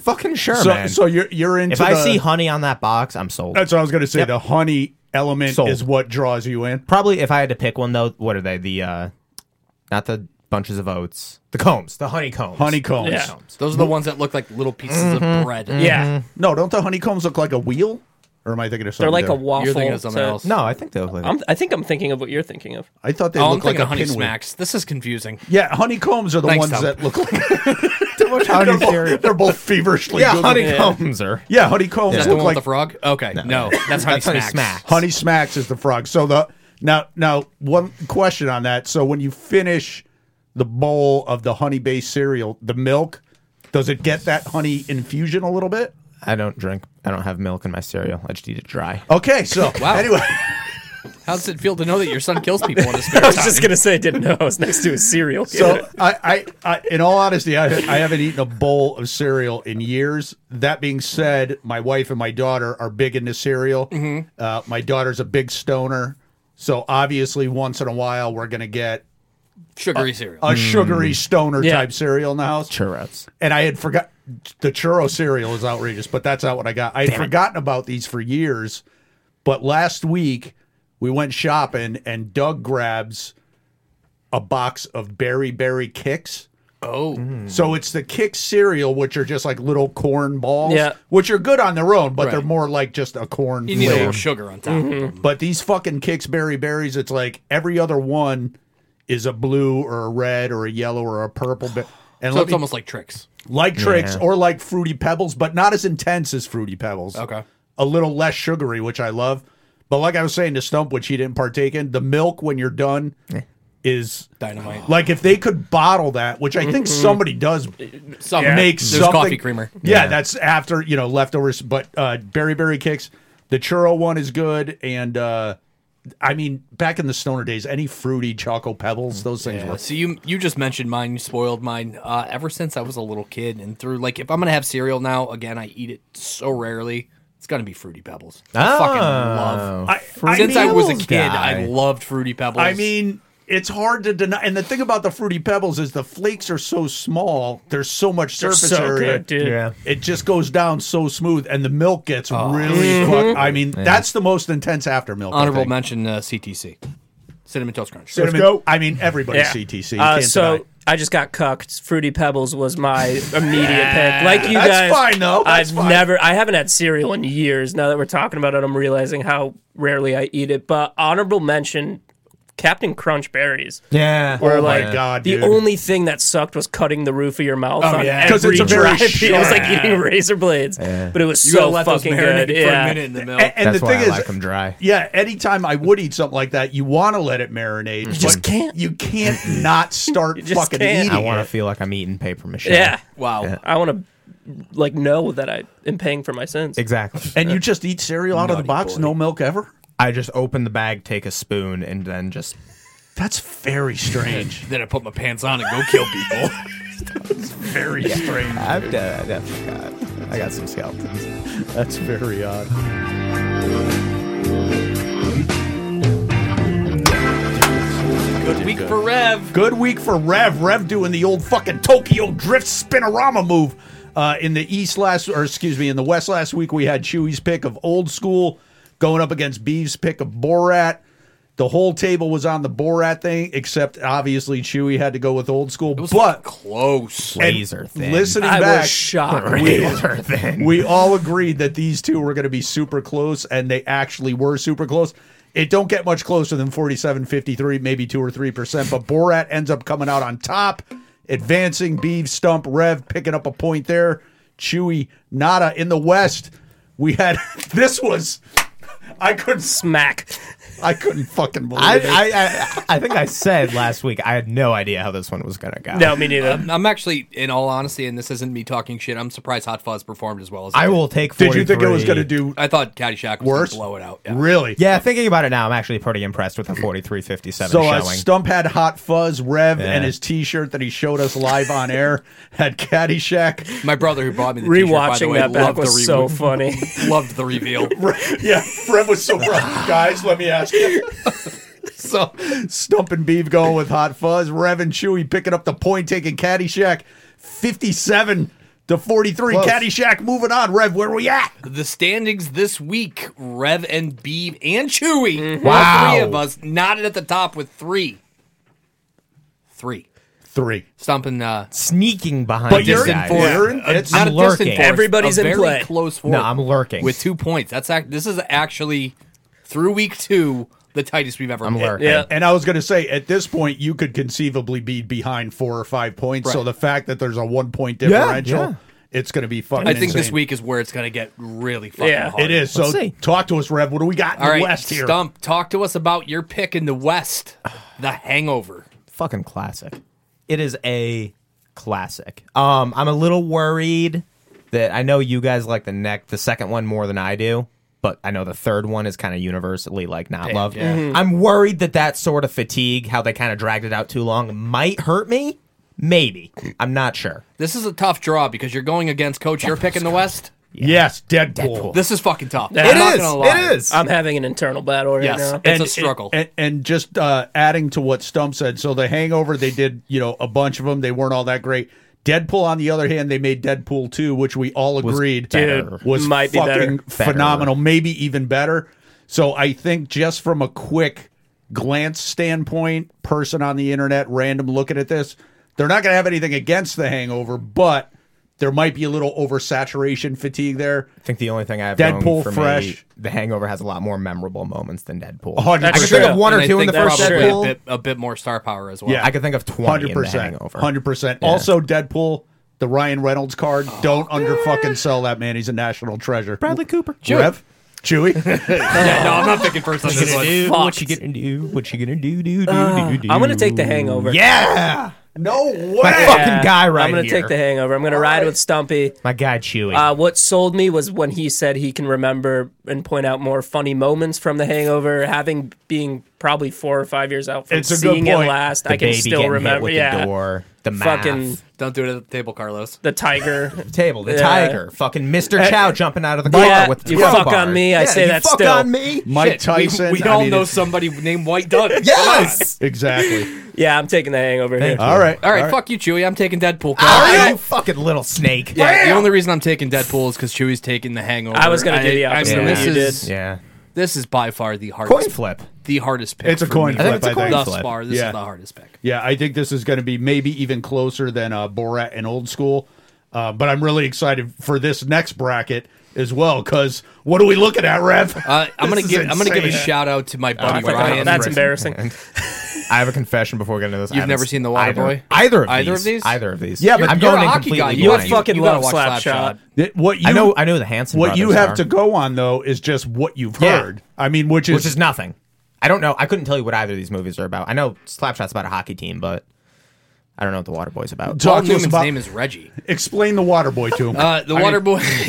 fucking sure,
So,
man.
so you're you're into.
if I
the-
see honey on that box, I'm sold.
that's what I was gonna say. The honey element
Sold.
is what draws you in.
Probably if I had to pick one though, what are they? The uh not the bunches of oats, the combs, the honeycombs,
Honeycombs.
Yeah.
Those are the ones that look like little pieces of bread.
Yeah.
No, don't the honeycombs look like a wheel? Or am I thinking of something?
They're like a
different?
waffle.
You're thinking of something
so-
else.
No, I think they look like.
I'm, I think I'm thinking of what you're thinking of.
I thought they
Oh, I'm
looked like
thinking
a
of honey
pinwheel.
smacks. This is confusing.
Yeah, honeycombs are the
Thanks,
ones
Tom.
that look like.
too much
they're, both, they're both feverishly.
Yeah,
Googling.
honeycombs are.
Yeah, honeycombs
That's the
look
one
like
with the frog. Okay, no, that's honey
That's Honey
smacks.
Smacks.
Honey Smacks is the frog. So the now now one question on that. So when you finish the bowl of the honey based cereal, the milk, does it get that honey infusion a little bit?
I don't drink. I don't have milk in my cereal. I just eat it dry.
Okay, so
Wow.
anyway,
How does it feel to know that your son kills people in his spare time?
I was just gonna say I didn't know I was next to a cereal.
so I, I, I in all honesty, I, I haven't eaten a bowl of cereal in years. That being said, my wife and my daughter are big into cereal.
Mm-hmm.
Uh, my daughter's a big stoner, so obviously once in a while we're gonna get
Sugary cereal.
a sugary stoner
Yeah.
type cereal in the house.
Churros.
and I had forgot the churro cereal is outrageous, but that's not what I got. I had forgotten about these for years, but last week we went shopping and Doug grabs a box of berry berry kicks.
oh,
So it's the kick cereal, which are just like little corn balls,
Yeah.
which are good on their own, but they're
Right.
more like just a corn.
you need a
flavor.
little sugar on top.
But these fucking kicks berry berries, it's like every other one is a blue or a red or a yellow or a purple. Be- and
So
let
it's
me-
almost like tricks.
like tricks
Yeah.
or like fruity pebbles but not as intense as fruity pebbles
Okay.
a little less sugary which i love but like i was saying to stump which he didn't partake in the milk when you're done is
Dynamite. Mm-hmm.
like if they could bottle that which i think somebody does
Some
make
There's
something
coffee creamer.
yeah, that's after you know leftovers but uh berry berry kicks the churro one is good and uh i mean back in the stoner days any fruity choco pebbles those things
Yeah,
were
so you you just mentioned mine. You spoiled mine. Uh, ever since I was a little kid, and through like if I'm gonna have cereal now, again I eat it so rarely. It's gonna be fruity pebbles. I fucking love.
I,
Since I was a
Pebbles
kid,
guy.
I loved fruity pebbles.
I mean, it's hard to deny. And the thing about the fruity pebbles is the flakes are so small. There's so much
They're
surface
so
area.
good, dude.
Yeah.
It just goes down so smooth, and the milk gets
Oh.
really. Fuck, I mean, that's the most intense after milk. I
Mm-hmm. Honorable
think.
mention uh, CTC, cinnamon toast crunch.
Cinnamon-
Let's go.
I mean, everybody
Yeah.
CTC. You
Uh,
can't
so
deny.
I just got cucked. Fruity Pebbles was my immediate pick. Like you
That's
guys,
fine, though. That's
I've
fine.
never, I haven't had cereal in years. Now that we're talking about it, I'm realizing how rarely I eat it. But honorable mention, Captain Crunch berries.
Yeah.
Or
Oh my
like
God,
the
dude.
only thing that sucked was cutting the roof of your mouth on
yeah. 'Cause
every
it's a
dry
very
piece. It was like
sharp-
eating razor blades, but it was
you gotta
so
let those
fucking
marinate
good.
for
yeah. Eh,
a minute in the milk.
A- and
Oh, That's
the
why
thing
I
is,
like them dry.
Yeah, anytime I would eat something like that, you want to let it marinate. You
just can't.
You can't not start
just
fucking
can't.
eating.
I want to
it.
feel like I'm eating paper mache.
yeah,
Wow.
I want to like know that I am paying for my sins.
Exactly.
And you just eat cereal out of the
Nutty
box,
boy.
no milk ever.
I just open the bag, take a spoon, and then just
That's very strange.
Then I put my pants on and go kill people.
very strange.
I've done, I forgot. I got some skeletons.
That's very odd.
Good week for Rev.
Good week for Rev. Rev doing the old fucking Tokyo Drift spinorama move. Uh, in the East last, or excuse me, in the West last week, we had Chewy's pick of Old School going up against Beeves' pick of Borat. The whole table was on the Borat thing, except obviously Chewy had to go with Old School.
It was
but
close.
and
Laser thin.
Listening
I
back,
was shocked.
Razor thin.
we all agreed that these two were going to be super close, and they actually were super close. It don't get much closer than 47 53, maybe 2 or 3%, but Borat ends up coming out on top, advancing Beeves, Stump, Rev, picking up a point there. Chewy, Nada. In the West, we had this was. I couldn't.
Smack.
I couldn't fucking believe
I,
it.
I, I, I think I said last week I had no idea how this one was gonna go.
No, me neither.
I'm actually, in all honesty, and this isn't me talking shit. I'm surprised Hot Fuzz performed as well as it
I
did.
will take. 43.
Did you think it was going to do
I thought Caddyshack was
worse?
Worse? blow it out. Yeah.
Really?
Yeah, thinking about it now, I'm actually pretty impressed with the 43.57
So uh,
showing.
Stump had Hot Fuzz, Rev,
Yeah.
and his T-shirt that he showed us live on air had Caddyshack.
My brother who bought me the t-shirt, by the
Rewatching
way,
that back
loved
was
the re-
so funny.
loved the reveal.
yeah, Rev was so proud. Guys, let me ask you. so Stump and Beeve going with Hot Fuzz, Rev and Chewy picking up the point, taking Caddyshack, fifty-seven to forty-three.
Close.
Caddyshack moving on. Rev, where we at?
The standings this week: Rev and Beeb and Chewy.
Mm-hmm. Wow.
all three of us knotted at the top with three, three
Three.
stumping. Uh,
Sneaking behind.
But you're
these
in
guys.
fourth.
Yeah. Uh,
You're in-
a-
it's-
not
I'm
a distant
lurking.
fourth,
Everybody's
a
in
very
play.
Close fourth.
No, I'm lurking.
with two points. That's act. This is actually through week two the tightest we've ever.
I'm
been.
lurking.
Yeah.
And I was going to say, at this point, you could conceivably be behind four or five points. So
Right.
the fact that there's a one-point differential,
yeah.
it's going to be fucking.
I think this
insane.
week is where it's going to get really fucking
Yeah.
hard.
It is. So
Let's see.
talk to us, Rev. What do we got in
All
the
right,
West here?
Stump, talk to us about your pick in the West, The Hangover.
fucking classic. It is a classic. Um, I'm a little worried that I know you guys like the neck the second one more than I do, but I know the third one is kind of universally like not loved. I'm worried that that sort of fatigue, how they kind of dragged it out too long, might hurt me. Maybe I'm not sure.
This is a tough draw because you're going against Coach. Your pick in the West.
Yes, Deadpool.
This is fucking tough.
Yeah.
I'm
It
not
is,
gonna lie.
It is.
I'm having an internal battle right
Yes.
now.
It's a struggle.
And, and just uh, adding to what Stump said, so the Hangover, they did you know a bunch of them. They weren't all that great. Deadpool, on the other hand, they made Deadpool two, which we all agreed
better.
was
might be
fucking
better.
phenomenal, maybe even better. So I think just from a quick glance standpoint, person on the internet, random looking at this, they're not going to have anything against the Hangover, but there might be a little oversaturation fatigue there.
I think the only thing I have
Deadpool
going for me,
fresh.
the Hangover has a lot more memorable moments than Deadpool.
Hundred
I can
percent.
think of one
Oh,
or
And I
two in
think
the first
probably
Deadpool.
A bit, a bit more star power as well.
Yeah.
I could think of twenty
Hundred
in the
percent,
Hangover.
hundred percent. Also, Deadpool, the Ryan Reynolds card.
Oh,
Don't under fucking sell that man. He's a national treasure.
Bradley Cooper.
Rev, Chewy.
Yeah, no, I'm not picking first on this one.
do?
Fucked. Uh,
What you gonna do? What you gonna do? Do do do do.
I'm gonna take the hangover.
Yeah.
No
My
way.
fucking guy right
uh, I'm gonna
here.
take the hangover. I'm gonna ride
right.
with Stumpy.
My guy Chewy.
Uh, what sold me was when he said he can remember and point out more funny moments from The Hangover, having being probably four or five years out from
It's a good
seeing it
point.
last.
the
I can
baby
still
getting hit
remember.
with
Yeah,
the door. The math.
fucking
Don't do it at the table, Carlos.
the tiger.
table. The
Yeah.
tiger. Fucking Mr. Chow jumping out of the car
Yeah,
with the
you fuck
crowbar.
on me, I
Yeah,
say
you
that
fuck
still.
on me.
Mike
Shit.
Tyson.
We
I
all
mean,
know
it's-
somebody named White Doug.
Yes.
Exactly.
yeah, I'm taking The Hangover here.
All right.
All right, fuck you, Chewy. I'm taking Deadpool.
Are you fucking little snake?
Yeah, the only reason I'm taking Deadpool is because Chewie's taking the hangover.
I was gonna do the opposite
of
this
what
you
is
did.
Yeah.
this is by far the hardest,
Coin flip.
the hardest pick.
It's a
for
coin
me.
flip. I
think it's a coin
Thus
flip.
far, this
Yeah.
is the hardest pick.
Yeah, I think this is going to be maybe even closer than uh, Borat and Old School. Uh, but I'm really excited for this next bracket as well because what are we looking at, Rev?
Uh, I'm gonna
This is
give I'm gonna give a
insane.
shout out to my buddy
fucking
Ryan.
hell,
That's
Right.
embarrassing.
I have a confession before we get into this. I
You've
haven't
never
s-
seen The Water
either,
Boy?
Either of
Either
these.
of these?
Either of these.
Yeah, but
I'm
You're
going
a
in
hockey
completely
guy. You
blind.
would
fucking
you gotta
love
watch
Slapshot.
Slapshot.
Th- What you
I know. I know the Hanson.
what you
brothers
have
are,
to go on though is just what you've
Yeah.
heard. I mean, which is,
which is nothing. I don't know. I couldn't tell you what either of these movies are about. I know Slapshot's about a hockey team, but I don't know what The Water Boy's
Talk
about.
Paul
to us
Newman's
about-
name is Reggie.
explain the water boy to him.
Uh, the Water Boy.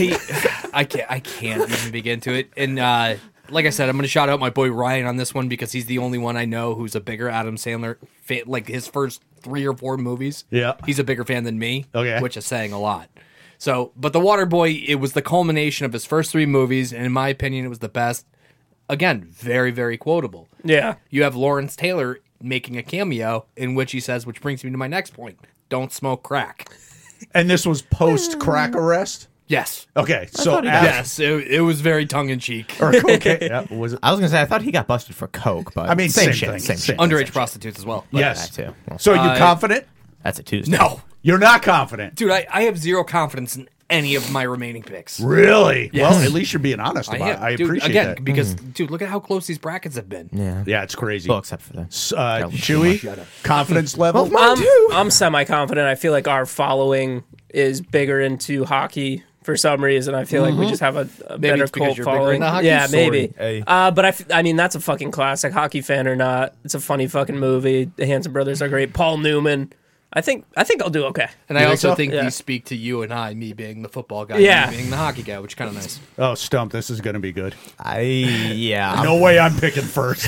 I can't. I can't even begin to it. And uh, like I said, I'm gonna shout out my boy Ryan on this one because he's the only one I know who's a bigger Adam Sandler fan. Like his first three or four movies.
Yeah.
he's a bigger fan than me.
Okay.
which is saying a lot. So, but the Water Boy, it was the culmination of his first three movies, and in my opinion, it was the best. Again, very very quotable.
Yeah,
You have Lawrence Taylor making a cameo in which he says, which brings me to my next point: don't smoke crack.
and this was post crack arrest.
Yes.
Okay, so after,
Yes, it, it was very tongue in cheek.
or, okay, yeah, was it-
I was gonna say I thought he got busted for coke, but
I mean,
same,
same
shit,
thing.
same
Same.
shit.
underage prostitutes as well.
yes.
that too. Uh, Well,
So you confident?
that's a Tuesday.
No,
You're not confident,
dude, I, I have zero confidence in any of my remaining picks.
really? Well, at least you're being honest
I
about. it.
am.
I
Dude,
appreciate
again
that. Mm.
because dude, look at how close these brackets have been.
Yeah.
Yeah, it's crazy.
Well, except for the
S- uh,
That was
Chewy, confidence level.
I'm, Um, I'm semi-confident. I feel like our following is bigger into hockey for some reason. I feel like we just have a, a
Maybe
better
it's because
cult
you're bigger
following.
into hockey? eh?
yeah,
Sorry.
maybe.
Hey.
Uh, but I, f- I mean, that's a fucking classic, hockey fan or not. It's a funny fucking movie. The Hanson brothers are great. Paul Newman. I think I think I'll do okay.
And I
think
also
so?
think
Yeah.
these speak to you and I, me being the football guy,
Yeah.
you being the hockey guy, which is kind of nice.
oh, stump. This is going to be good.
I yeah.
No way, I'm picking first.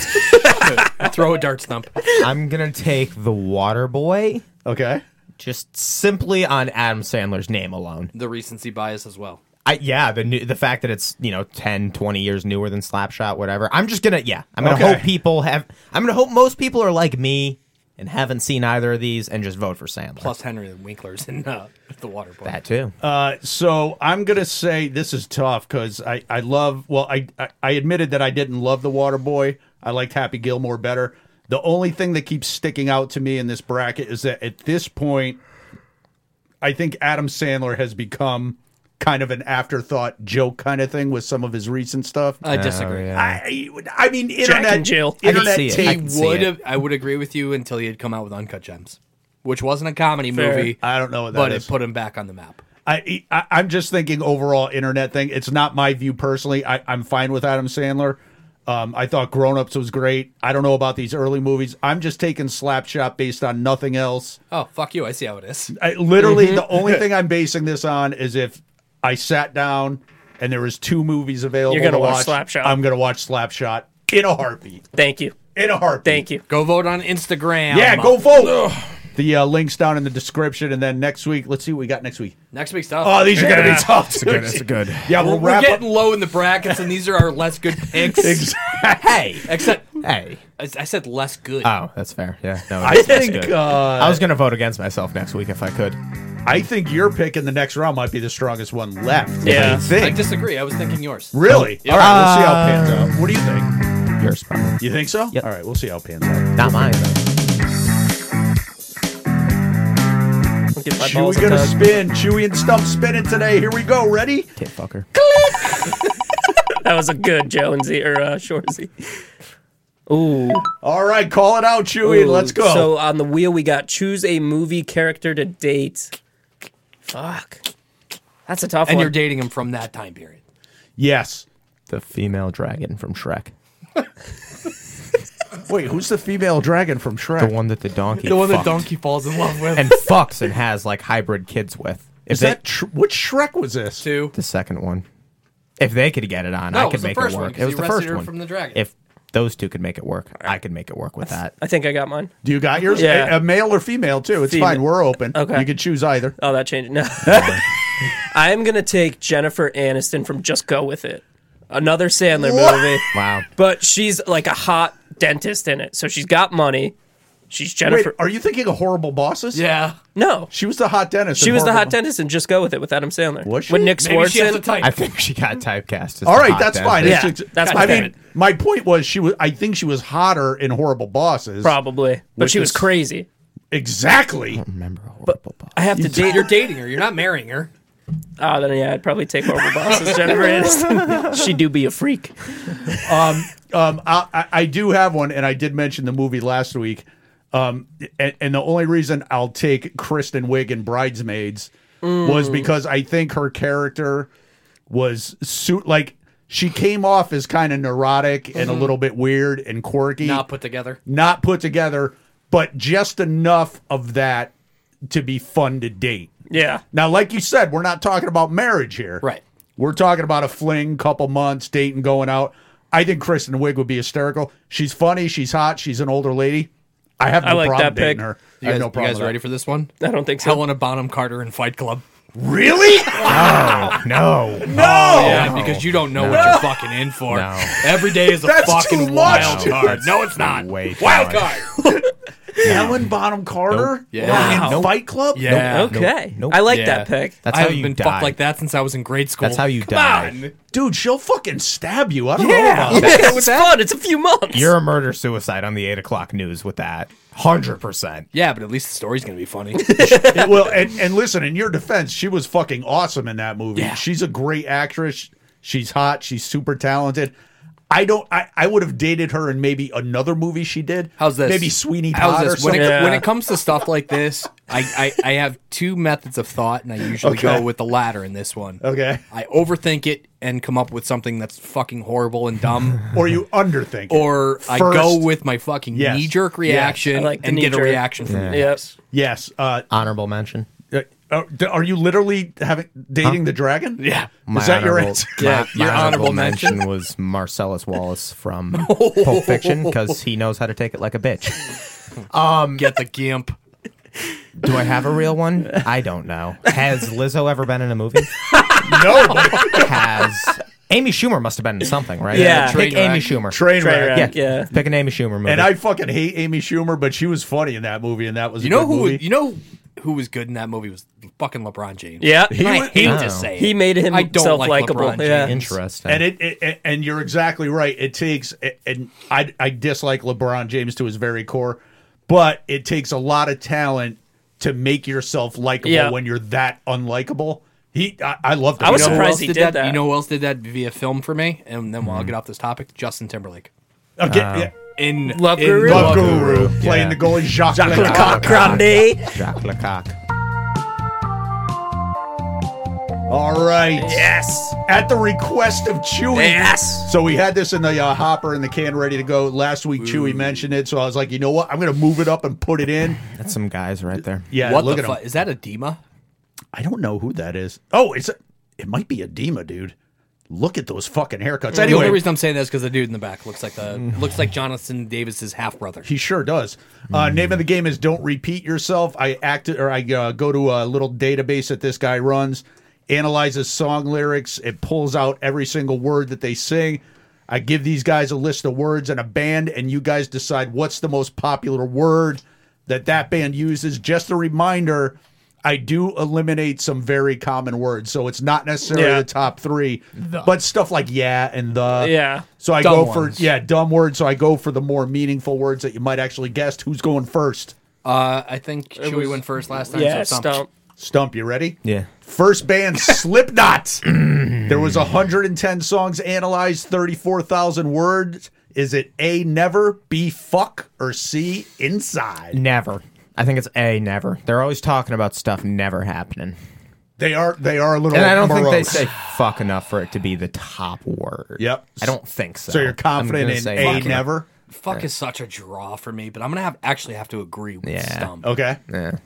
Throw a dart stump.
I'm, I'm gonna take the Water Boy
Okay.
just simply on Adam Sandler's name alone.
The recency bias as well.
I yeah, the new, the fact that it's, you know, 10, 20 years newer than Slapshot whatever. I'm just going to yeah, I'm going to
Okay.
hope people have I'm going to hope most people are like me and haven't seen either of these and just vote for Sandler.
Plus Henry and Winkler's in uh, the water boy.
that too.
Uh, so I'm gonna say this is tough because I, I love well I, I I admitted that I didn't love the Water Boy. I liked Happy Gilmore better. The only thing that keeps sticking out to me in this bracket is that at this point, I think Adam Sandler has become kind of an afterthought joke kind of thing with some of his recent stuff.
Uh,
I
Oh,
disagree.
I I mean internet
and Jill. I can
internet
see it.
tape
I
He
can see
would
it.
have. I would agree with you until he had come out with Uncut Gems, which wasn't a comedy
Fair.
movie.
I don't know what that
but
is.
it put him back on the map.
I, e, I I'm just thinking overall internet thing. It's not my view personally. I, I'm fine with Adam Sandler. Um, I thought Grown Ups was great. I don't know about these early movies. I'm just taking Slapshot based on nothing else.
Oh fuck you! I see how it is.
I, literally, the only thing I'm basing this on is if I sat down and there was two movies available.
You're gonna
to
watch
watch
Slapshot.
I'm gonna watch Slapshot in a heartbeat.
Thank you.
In a heartbeat.
Thank you.
Go vote on Instagram.
Yeah, go vote. The uh, links down in the description, and then next week, let's see what we got next week.
Next week's stuff.
Oh, these are gonna be tough. It's
good, it's good.
Yeah, we'll
We're,
wrap
getting
up.
low in the brackets, and these are our less good picks.
hey.
Except
Hey.
I I said less good.
Ah.
Oh, that's fair. Yeah. No,
I
it's- that's
think
good.
uh,
I was going to vote against myself next week if I could.
I think your pick in the next round might be the strongest one left.
Yeah.
I
I
think.
disagree. I was thinking yours.
really?
Yeah.
All right, we'll see how it pans out. What do you think?
Your spot.
You think so?
Yep.
All right, we'll see how it pans out.
Not mine.
I'll give my balls
Chewy
a
gonna
tug.
spin. Chewy and Stump spinning today. Here we go. Ready?
Tit fucker.
that was a good Jonesy or uh, Shorzy. Ooh.
All right, call it out, Chewy, and let's go.
So on the wheel we got choose a movie character to date. Fuck. That's a tough
And
one.
you're dating him from that time period.
yes.
The female dragon from Shrek.
Wait, who's the female dragon from Shrek?
The one that the donkey
The one that
fucked
Donkey falls in love with.
and fucks and has like hybrid kids with. If
Is
they-
that tr- which Shrek was this?
two.
the second one? If they could get it on,
No,
I
it
could
was the
make
first
it
one,
work.
'cause
it was
he
the
wrested
first
her
one.
from the dragon.
If those two could make it work, I could make it work with that.
I think I got mine.
Do you got yours?
Yeah.
A, a male or female too? It's
Female.
fine. We're open.
Okay.
You can choose either.
Oh, that changed. No. I'm going to take Jennifer Aniston from Just Go With It. Another Sandler movie.
Wow.
But she's like a hot dentist in it. So she's got money. She's
Wait,
Jennifer.
are you thinking of horrible bosses?
Yeah.
no.
She was the hot dentist.
She
in
was the
Horrible
hot
Bo-
dentist and Just Go With It with Adam Sandler.
Was she?
With Nick
Maybe she has a
Swartzen.
type.
I think she got typecast. As
All
the
right,
hot
that's
dancer.
fine. It's
Yeah,
just-
that's
I
my
mean, my point was she was. I think she was hotter in horrible bosses.
Probably. But
Which
she was
is-
crazy.
Exactly.
Remember horrible boss.
I have to date
You're
her.
dating her. You're not marrying her.
Oh, then yeah, I'd probably take horrible bosses, Jennifer Aniston. she do be a freak.
um, um, I, I- I do have one, and I did mention the movie last week. Um, and, and the only reason I'll take Kristen Wiig in Bridesmaids
Mm.
was because I think her character was suit like she came off as kind of neurotic and a
Mm-hmm.
little bit weird and quirky,
Not put together.
not put together, but just enough of that to be fun to date.
Yeah.
Now, like you said, we're not talking about marriage here.
Right.
We're talking about a fling, couple months, dating, going out. I think Kristen Wiig would be hysterical. She's funny. She's hot. She's an older lady. I have no
I like
problem
that
dating
pick.
her.
You
I
guys,
have no
you
problem.
guys
with
ready for this one?
I don't think so.
Helena Bonham Carter in Fight Club.
that. Really?
Oh,
No, no, no.
Oh,
Yeah, because you don't know what you're fucking in for.
No.
Every day is a
That's
fucking
too much,
wild
dude.
card. No, it's not.
Way too
wild
much.
card.
Helen Bonham Carter?
Yeah.
Wow. In
Nope.
Fight Club?
Yeah.
Okay.
Nope.
I like
Yeah.
that pick.
That's
I
how
haven't
you
been
die.
fucked like that since I was in grade school.
That's how you
Come
die.
on.
Dude, she'll fucking stab you. I don't know
Yeah.
about that.
Yeah, it's fun. It's a few months.
You're a murder suicide on the eight o'clock news with that. Hundred percent.
Yeah, but at least the story's gonna be funny.
Yeah, well, and, and listen, in your defense, she was fucking awesome in that movie.
Yeah.
She's a great actress. She's hot. She's super talented. I don't. I, I would have dated her in maybe another movie she did.
How's this?
Maybe Sweeney
How's
Todd or
this? When
something.
it,
something?
when
Yeah.
it comes to stuff like this, I, I, I have two methods of thought, and I usually
Okay.
go with the latter in this one.
Okay.
I overthink it and come up with something that's fucking horrible and dumb.
Or you underthink. it.
Or I
First-
go with my fucking
Yes.
knee jerk reaction
I like the
and get a
knee-jerk.
reaction from you.
Yes.
yes. Uh,
Honorable mention.
uh, uh, are you literally having dating the dragon?
Yeah.
My
Is that your
honorable-
answer?
Yeah,
My,
your
my honorable
honorable
mention was Marcellus Wallace from Pulp Fiction because he knows how to take it like a bitch.
Get the gimp.
Do I have a real one? I don't know. Has Lizzo ever been in a movie?
No.
Has Amy Schumer must have been in something, right?
Yeah.
Pick
Trainwreck.
Amy Schumer.
Train
Train
wreck.
wreck.
yeah.
Yeah.
Pick an Amy Schumer movie.
And I fucking hate Amy Schumer, but she was funny in that movie, and that was
You
a
know
good
who?
movie.
You know who was good in that movie was fucking LeBron James.
Yeah.
And I
was-
hate
Oh.
to say it.
He made
I don't
himself
like
likable.
LeBron
Yeah.
James.
Interesting.
And it, it and you're exactly right. It takes and I I dislike LeBron James to his very core, but it takes a lot of talent to make yourself likable
Yeah.
when you're that unlikable. He I, I love that.
I was
You know who
surprised
else
he did that.
You know who else did that via film for me? And then while
Mm-hmm.
I get off this topic, Justin Timberlake
Again, yeah.
in
Love
in
Guru?
Love
Love
Guru
Guru,
playing
yeah.
the goalie Jacques, Lecoq.
Lecoq Grande.
Jacques Lecoq.
All right.
Yes.
At the request of Chewy.
Yes.
So we had this in the uh, hopper in the can ready to go. Last week Chewy mentioned it, so I was like, you know what? I'm going to move it up and put it in.
That's some guys right there.
Yeah,
What
look
the
at him.
fuck is that? Edema?
I don't know who that is. Oh, it's it might be Edema, dude. Look at those fucking haircuts.
The only
Anyway, Mm-hmm.
reason I'm saying that is because the dude in the back looks like the looks like Jonathan Davis's half brother.
he sure does. Uh, name of the game is "Don't Repeat Yourself." I act or I uh, go to a little database that this guy runs, analyzes song lyrics. It pulls out every single word that they sing. I give these guys a list of words and a band, and you guys decide what's the most popular word that that band uses. Just a reminder. I do eliminate some very common words, so it's not necessarily
Yeah.
the top three, but stuff like yeah and the
Yeah.
Uh, So I
Dumb
go
ones.
for yeah, dumb words. So I go for the more meaningful words that you might actually guess. Who's going first?
Uh, I think Chewy
was-
went first last time.
Yeah.
so it's
Stump.
Stump, you ready?
Yeah. Mm.
First band, Slipknot. there was 110 songs analyzed, 34,000 words. Is it A, never, B, fuck, or C, inside?
Never. I think it's a never. They're always talking about stuff never happening.
They are they are a little
And I don't think they
Oh, morose.
say fuck enough for it to be the top word.
Yep.
I don't think so.
so you're
I'm
confident
gonna
in
say
A,
fuck.
never?
Fuck is such a draw for me, but I'm gonna have actually have to agree with
Yeah.
Stump.
Okay.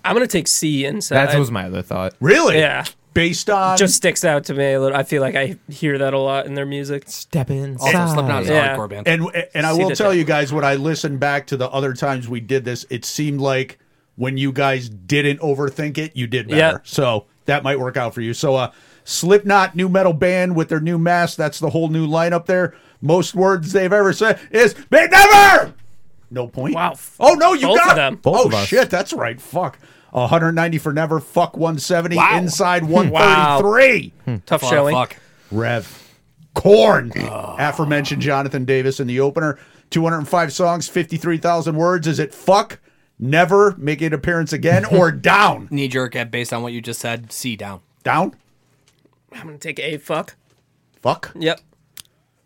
I'm gonna take C inside.
That was my other thought.
Really?
Yeah.
Based on
just sticks out to me a little. I feel like I hear that a lot in their music.
Step
Also,
inside.
Slipknot is a
Yeah.
hardcore band.
and and I
See
will
the
tell
dip.
you guys when I listened back to the other times we did this, it seemed like when you guys didn't overthink it, you did better.
Yeah.
So that might work out for you. So uh Slipknot new metal band with their new mask, that's the whole new lineup there. Most words they've ever said is they never no point.
Wow. f-
Oh no, you
Both
got
of them.
Both
oh
of us.
shit, that's right. Fuck. 190 for never, fuck 170,
Wow. Hmm.
inside Hmm.
Wow.
133.
Tough
Fuck,
showing.
Fuck.
Rev. Corn. Aforementioned Jonathan Davis in the opener. 205 songs, 53,000 words. Is it fuck, never, make an appearance again, or down?
Knee jerk at uh, based on what you just said. C down.
Down?
I'm gonna take A. Fuck.
Fuck?
Yep.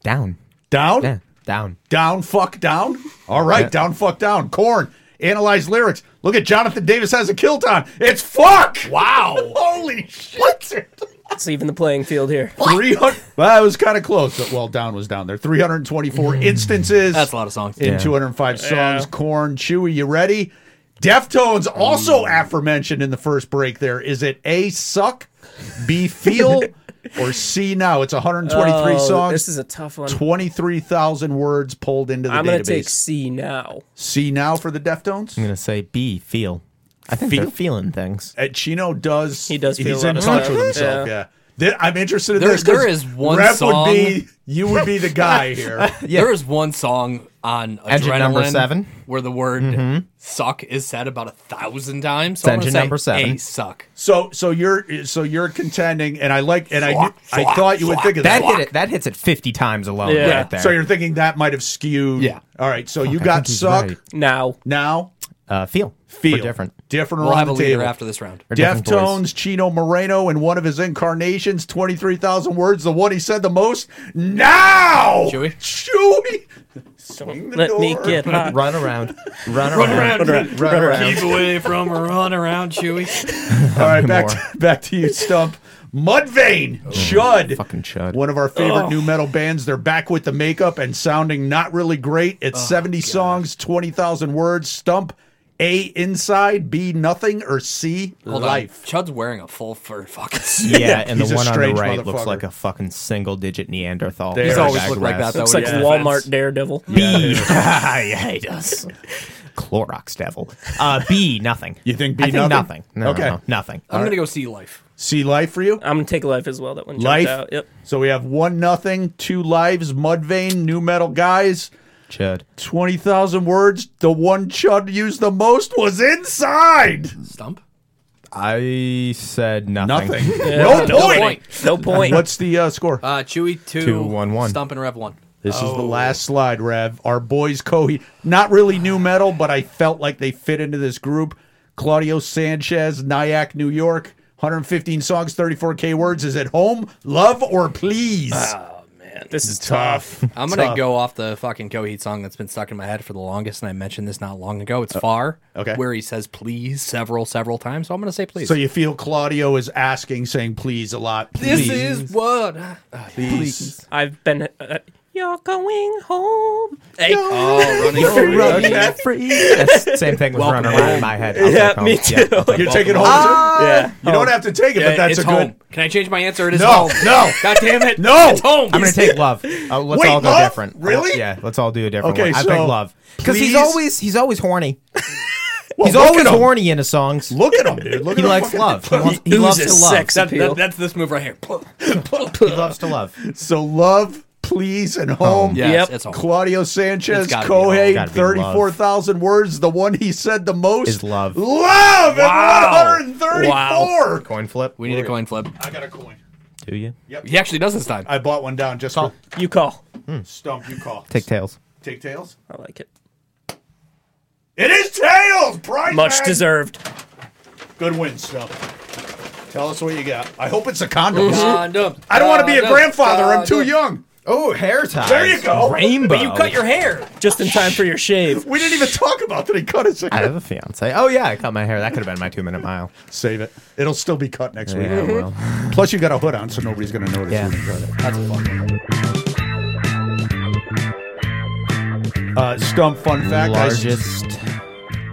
Down.
Down?
Yeah. Down.
Down, fuck, down? All right,
Yeah.
down, fuck, down. Corn. Analyze lyrics. Look at Jonathan Davis has a kilt on. It's fuck! Wow. Holy shit.
It's even the playing field here.
300. Well, it was kind of close. but- Well, down was down there. 324 instances.
That's a lot of songs.
in
Yeah.
205
Yeah.
songs. Corn, Chewy, you ready? Deftones, also aforementioned in the first break. There is it A suck, B feel, or C now? It's 123
Oh,
songs,
This is a tough one.
23,000 words pulled into the
I'm gonna
database.
take C now.
C now for the Deftones.
I'm gonna say B. Feel. I think
Feel?
they're feeling things.
Uh, Chino does.
He does feel
He's
a lot
in
of
touch
stuff.
with himself.
Yeah.
Yeah. Th- I'm interested in
There-
this. 'cause
there is one
Rep
song-
Would be, you would be the guy here.
There is one song on
Engine
Adrenaline
number seven. Mm-hmm.
where the word "suck" is said about a thousand times. So
It's
I'm gonna
engine
say
number seven.
A suck.
So, so you're, so you're contending, and I like, and I, knew,
Fuck,
I
fuck,
thought you would
fuck.
think of
That
that.
hit it. That hits it 50 times alone.
Yeah.
Right there.
So you're thinking that might have skewed.
Yeah.
All right. So you
I
got
think he's
suck
right.
Now.
now.
uh, feel.
Feel
We're different.
Different
We'll
around
have a
the
leader
table.
after this round.
We're different boys.
Deftones, Chino Moreno, in one of his incarnations, twenty-three thousand words. The one he said the most. Now,
Chewy?
Chewy, swing the
Let
door.
me get
Uh,
hot.
Run around. Run around.
around.
Run around.
Keep away from a run around, Chewy.
All right, back
More. Oh,
to, back to you, Stump. Mudvayne, Chud,
fucking Chud.
one of our favorite new metal bands. They're back with the makeup and sounding not really great. It's 70 songs, 20,000 words. Stump, A, inside, B, nothing, or C,
Hold
life.
on. Chud's wearing a full fur fucking suit.
Yeah, and
He's
the
a
one on the
strange
right looks
motherfucker.
like a fucking single digit Neanderthal.
He's
Right
always
back
looked like
rest.
that,
Looks
Oh,
like
yeah.
Walmart Daredevil.
B. yeah, he does. Clorox devil. Uh, B, nothing.
You think B,
I think
nothing?
nothing? No,
Okay.
no, no, nothing.
I'm gonna go see life.
C, life for you?
I'm gonna take life as well. That one jumped
Life.
out. Yep.
So we have one nothing, two lives, Mudvayne, new metal guys,
Chud.
20,000 words. The one Chud used the most was inside.
Stump.
I said nothing.
Nothing. No, point.
No point.
What's the uh, score?
Uh, Chewy two.
Two, one, one.
Stump and Rev one.
This is
Oh.
the last slide, Rev. Our boys Coheed, not really new metal, but I felt like they fit into this group. Claudio Sanchez, Nyack, New York, 115 songs, 34k words. Is it home, love, or please?
Ah.
this is tough.
I'm gonna go off the fucking Coheed song that's been stuck in my head for the longest, and I mentioned this not long ago. It's
Oh,
Far,
okay.
where he says please several, several times. So I'm gonna say please.
so you feel Claudio is asking, saying please a lot.
this
Please,
is what. I-
please.
I've been. Uh, you're going home. Hey.
Oh, running
You're,
free.
running free.
That's same thing was running around in my head. I'll
Yeah,
take home.
me too.
Yeah, I'll take
You're
home.
taking home.
Ah.
too?
yeah.
You don't have to take it,
Yeah,
but that's
it's
a good.
home. Can I change my answer? It is
No,
home.
no.
God damn it.
No.
It's home.
I'm gonna take love. Uh, let's
Wait,
all go
love?
different.
Really?
Uh, yeah, let's all do a different
Okay,
one. I
so
pick love because
please-
he's always he's always horny.
Well,
He's
look
always
at him.
horny in his songs.
Look at him, dude. Look
He
at him
likes
fucking-
love. He, wants, he loves to
oozes
love.
sex
That-
appeal.
that- that's this move right here.
He loves to love.
So love, please, and home.
yes,
Yep.
it's home.
Oh. Claudio Sanchez,
It's gotta be love. It's
Kohei,
gotta be
34,000 words. The one he said the most
Is love.
Love
Wow.
and 134.
Coin flip.
we need a coin flip.
I got a coin.
Do you
He actually does this time.
I bought one down just
Call.
for
You call.
Stump. You call.
take tails?
Take tails.
I like it.
It is tails. Prize
Much
bag.
deserved.
Good win, Stump. Tell us what you got. I hope it's a condom.
Mm-hmm.
Condom.
I don't want to be a
Condom.
grandfather. I'm too
Condom.
young.
Oh, hair tie.
There you go.
Rainbow.
But you cut your hair.
Just in time for your shave.
We didn't even talk about that he cut his
I have a fiance. Oh yeah, I cut my hair. That could have been my two minute mile.
Save it. It'll still be cut next week.
Yeah, well.
Plus, you got a hood on, so nobody's going to notice.
Yeah.
when you cut it.
That's a fucking.
Uh, Stump fun fact. I s-
largest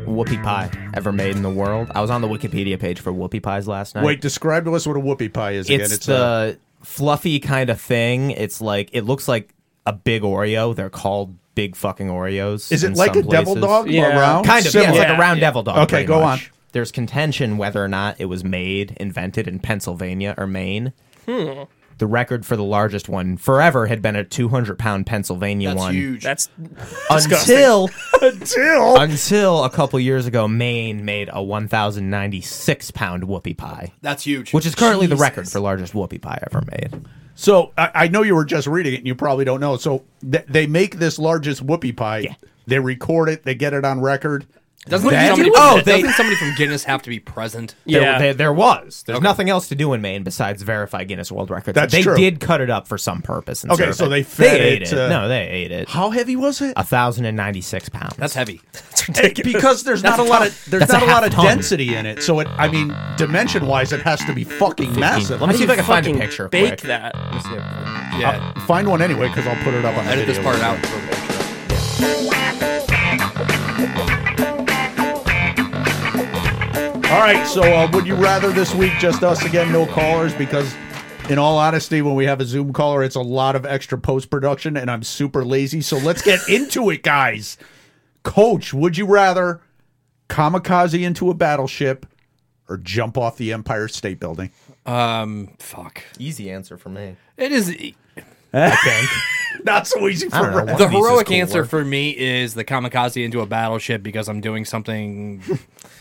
whoopie pie ever made in the world. I was on the Wikipedia page for whoopie pies last night.
wait, describe to us what a whoopie pie is again. uh,
it's, the fluffy kind of thing. It's like it looks like a big Oreo. They're called big fucking Oreos.
Is
in
it like a
some
devil
places.
dog?
Yeah.
Round?
Kind of, yeah.
Similar.
It's like a
Yeah,
round
yeah.
devil dog.
Okay,
pretty
go
much.
on.
There's contention whether or not it was made, invented in Pennsylvania or Maine.
Hmm.
The record for the largest one forever had been a 200 pound Pennsylvania
That's
one.
huge.
That's disgusting.
Until
Until
until a couple years ago, Maine made a 1,096 pound whoopie pie,
That's huge.
which is currently the record for largest whoopie pie ever made.
So I, I know you were just reading it, and you probably don't know. So th- they make this largest whoopie pie. They record it. They get it on record.
doesn't
That-
somebody,
Oh,
oh,
they-
doesn't somebody from Guinness have to be present?
There,
Yeah.
there, there was. There's nothing else to do in Maine besides verify Guinness World Records.
That's
they
true.
did cut it up for some purpose. And
Okay,
serve
so
it.
they fed it
ate it.
to-
No, they ate it.
How heavy was it?
thousand and ninety six pounds.
That's heavy.
It's ridiculous.
Because there's not
That's a
a lot
ton.
of there's
That's a
not a, lot
half
of
ton.
density in it. So it, I mean, dimension wise, it has to be fucking massive.
Let me
How
see
do
if I
you
can find a
fucking
picture
Bake
quick.
that.
Yeah.
Find one anyway, because I'll put it up on the
Edit this
video.
part out. and throw the picture up.
All right. So uh, would you rather this week just us again, no callers? Because in all honesty, when we have a Zoom caller, it's a lot of extra post production, and I'm super lazy. So let's get into it, guys. Coach, would you rather kamikaze into a battleship or jump off the Empire State Building?
Um, fuck.
Easy answer for me.
It is the
Not so easy
I don't
for
know.
Red.
One of these is
heroic
cool
answer
work.
for me is the kamikaze into a battleship because I'm doing something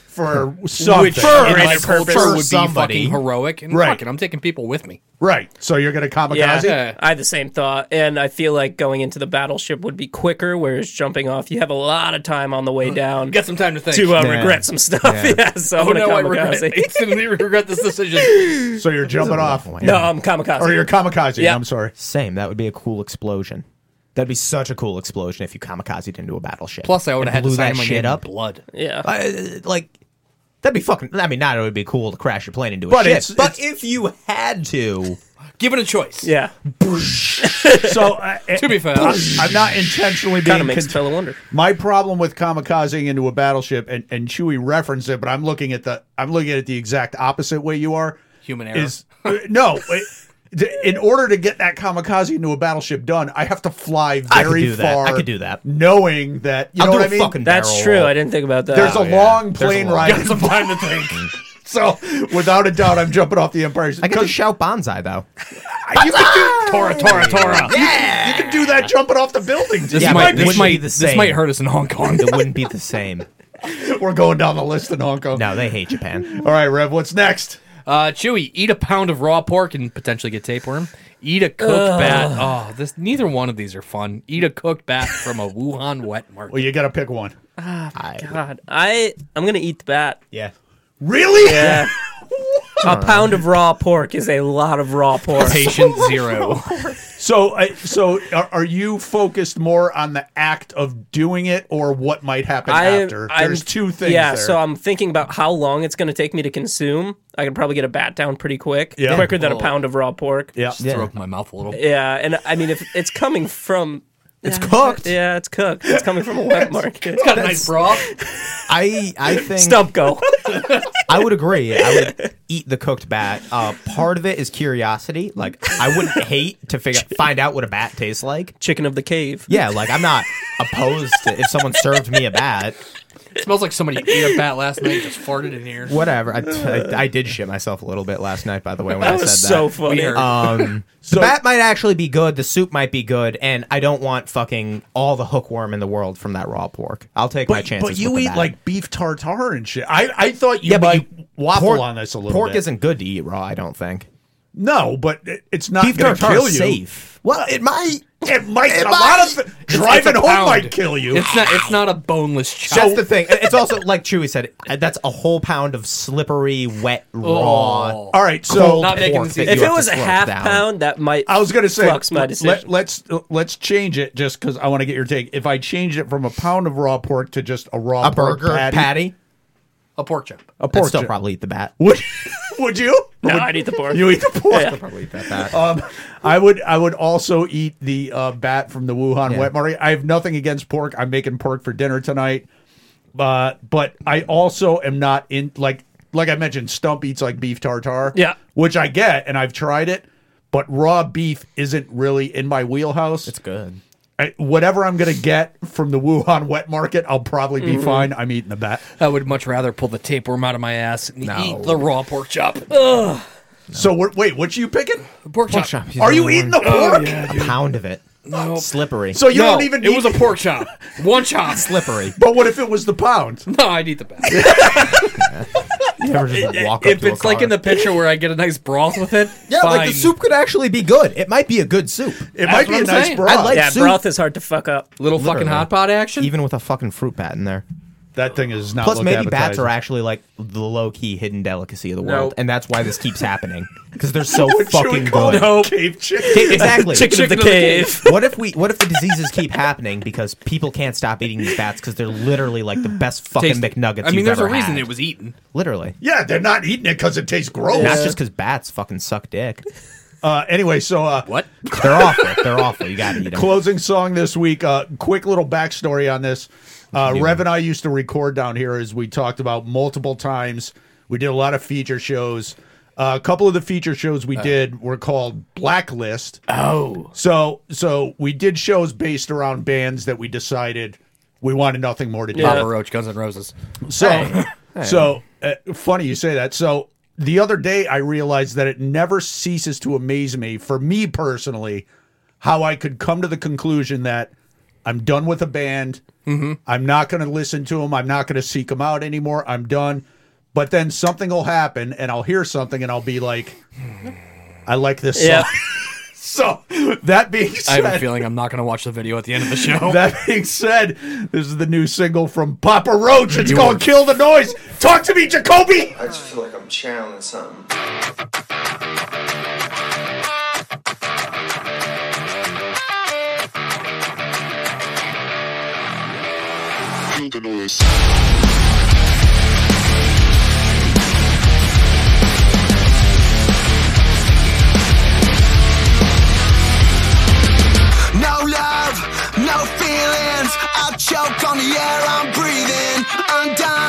for something.
which in my
For
culture would be
somebody.
fucking heroic and
Right.
fuck it, I'm taking people with me.
right. So you're gonna
Yeah,
kamikaze?
Yeah.
I had the same thought, and I feel like going into the battleship would be quicker, whereas jumping off, you have a lot of time on the way down
Got some time to think.
to uh,
Yeah.
regret some stuff.
Yeah.
Yeah, so I'm
oh
gonna
no, I regret
kamikaze.
it. instantly regret this decision.
So you're jumping off.
no, I'm kamikaze.
Or you're kamikaze.
Yeah.
I'm sorry.
Same. That would be a cool explosion. That'd be such a cool explosion if you kamikazed into a battleship.
Plus, I would have had
And
to
blew
sign
that
my
shit
name
up.
in blood.
yeah,
I- like that'd be fucking. I mean, not it would be cool to crash your plane into a
But
ship,
it's-
but if you had to,
Given a choice.
yeah.
So uh,
To be fair,
I'm not intentionally being
Kind of makes
cont-
Fella wonder.
My problem with kamikazing into a battleship, and, and Chewie referenced it, but I'm looking at the I'm looking at it the exact opposite way you are.
Human error.
is uh, no. it- d- in order to get that kamikaze into a battleship done, I have to fly
I could
very
do that.
far.
I could do that.
knowing that you
I'll
know
do
what
a
I mean.
fucking
That's
barrel
true.
roll.
I didn't think about that. Oh,
There's a
yeah.
long
There's a
plane
lot.
ride,
some time to think.
so without a doubt, I'm jumping off the Empire.
I
State.
could just
'Cause
shout bonsai though.
you can do
Tora, Tora, Tora.
you can do that jumping off the building.
This
Yeah,
You
but
might
it
this
wouldn't be
might
the
this
same.
might hurt us in Hong Kong.
It wouldn't be the same.
We're going down the list in Hong Kong.
No, they hate Japan.
All right, Rev, what's next?
Uh, Chewy, eat a pound of raw pork and potentially get tapeworm. Eat a cooked bat. Oh, this neither one of these are fun. Eat a cooked bat from a Wuhan wet market.
Well, you got to pick one.
I,
God, I I'm gonna eat the bat.
yeah.
Really?
Yeah. a pound of raw pork is a lot of raw pork.
Patient zero.
So, uh, so are, are you focused more on the act of doing it or what might happen after?
I'm-
There's two things.
Yeah,
there.
so I'm thinking about how long it's going to take me to consume. I could probably get a bat down pretty quick,
Yeah.
quicker than a
Oh.
pound of raw pork.
yeah.
Just throw up my mouth a little.
Yeah, and I mean, if it's coming from,
It's cooked.
yeah, it's cooked. It's coming from a wet market.
Got a nice broth.
I I think
Stump go.
I would agree. I would eat the cooked bat. Uh, part of it is curiosity. Like I wouldn't hate to figure find out what a bat tastes like.
Chicken of the cave.
Yeah, like I'm not opposed to if someone served me a bat.
It smells like somebody ate a bat last night and just farted in here.
Whatever. I, I, I did shit myself a little bit last night, by the way, when I
That
said
was
that.
so funny.
Weird.
Um, the bat might actually be good. The soup might be good, and I don't want fucking all the hookworm in the world from that raw pork. I'll take my
But,
chances.
but you
with the
eat
bat.
like beef tartare and shit. I, I thought you
yeah, but
might
you,
waffle
pork-
on this a little
Pork
bit.
isn't good to eat raw. I don't think.
No, but it- it's not
Beef
going to
tartare
kill you.
is safe. Well, it might.
It might. a
might.
lot of driving
It's a
home
pound.
might kill you.
It's not. It's not a boneless chop.
That's the thing. It- It's also like Chewy said. uh, That's a whole pound of slippery, wet, raw.
Oh.
All right, so
cold
Not making
pork
this
that
easy.
you
if
have
it
to
was a
slurp
half
down.
pound, that might.
I was going to say,
flux my decision.
Let, us let's change it just because I want to get your take. If I changed it from a pound of raw pork to just a raw
a
pork
burger patty,
A pork chop.
a pork
I'd still
chop,
probably eat the bat.
would would you?
No, I'd eat the pork.
You eat the pork.
Probably eat that back.
Um, I would I would also eat the uh, bat from the Wuhan
Yeah.
wet market. I have nothing against pork. I'm making pork for dinner tonight, but but I also am not in like like I mentioned. Stump eats like beef tartare,
Yeah.
which I get and I've tried it, but raw beef isn't really in my wheelhouse.
it's good.
I, whatever I'm gonna get from the Wuhan wet market, I'll probably be
Mm-hmm.
fine. I'm eating the bat.
I would much rather pull the tapeworm out of my ass and
No.
eat the raw pork chop.
So we're, wait, what you picking?
pork chop.
chop, he's
Are
the
you
only
eating the
one.
pork?
A pound of it. Slippery.
So you
Oh, No,
don't even.
It
Need,
was a pork chop. One chop.
slippery.
But what if it was the pound?
No, I'd eat the back.
You ever just walk up
if
to a
it's like
car?
in the picture where I get a nice broth with it,
Yeah, like
fine.
the soup could actually be good. It might be a good soup.
It might be
what
a
I'm
nice
saying.
broth.
I'd like
yeah,
soup.
broth is hard to fuck up.
little fucking
Literally.
hot pot action.
Even with a fucking fruit bat in there.
That thing is not.
Plus,
look
maybe bats
appetizing.
are actually like the low key hidden delicacy of the world,
Nope.
and that's why this keeps happening because they're so
What should we
fucking
call it?
good.
Cave chicken.
Exactly.
Chicken, of the, cave.
What if we? What if the diseases keep happening because people can't stop eating these bats because they're literally like the best fucking
Tasty.
McNuggets?
I mean,
you've
there's a
ever
reason
had.
it was eaten.
literally
Yeah, they're not eating it because it tastes gross.
not just because bats fucking suck dick.
Uh, anyway, so uh,
What?
They're awful. They're awful. You gotta eat them.
closing song this week. Uh, quick little backstory on this. Uh, Rev and I used to record down here, as we talked about multiple times. We did a lot of feature shows. Uh, a couple of the feature shows we did were called Blacklist.
Oh,
So, so we did shows based around bands that we decided we wanted nothing more to do.
Papa Roach, Guns N' Roses.
So, so uh, funny you say that. So the other day, I realized that it never ceases to amaze me, for me personally, how I could come to the conclusion that I'm done with a band.
Mm-hmm.
I'm not going to listen to them. I'm not going to seek them out anymore. I'm done. But then something will happen, and I'll hear something, and I'll be like, "I like this song."
Yeah.
So that being
I
said,
have a feeling I'm not going to watch the video at the end of the show.
that being said, this is the new single from Papa Roach. It's
You
called
are-
Kill the Noise. Talk to me, Jacoby.
I just feel like I'm channeling something.
Feel the noise.
No love, no feelings. I choke on the air I'm breathing. Undone.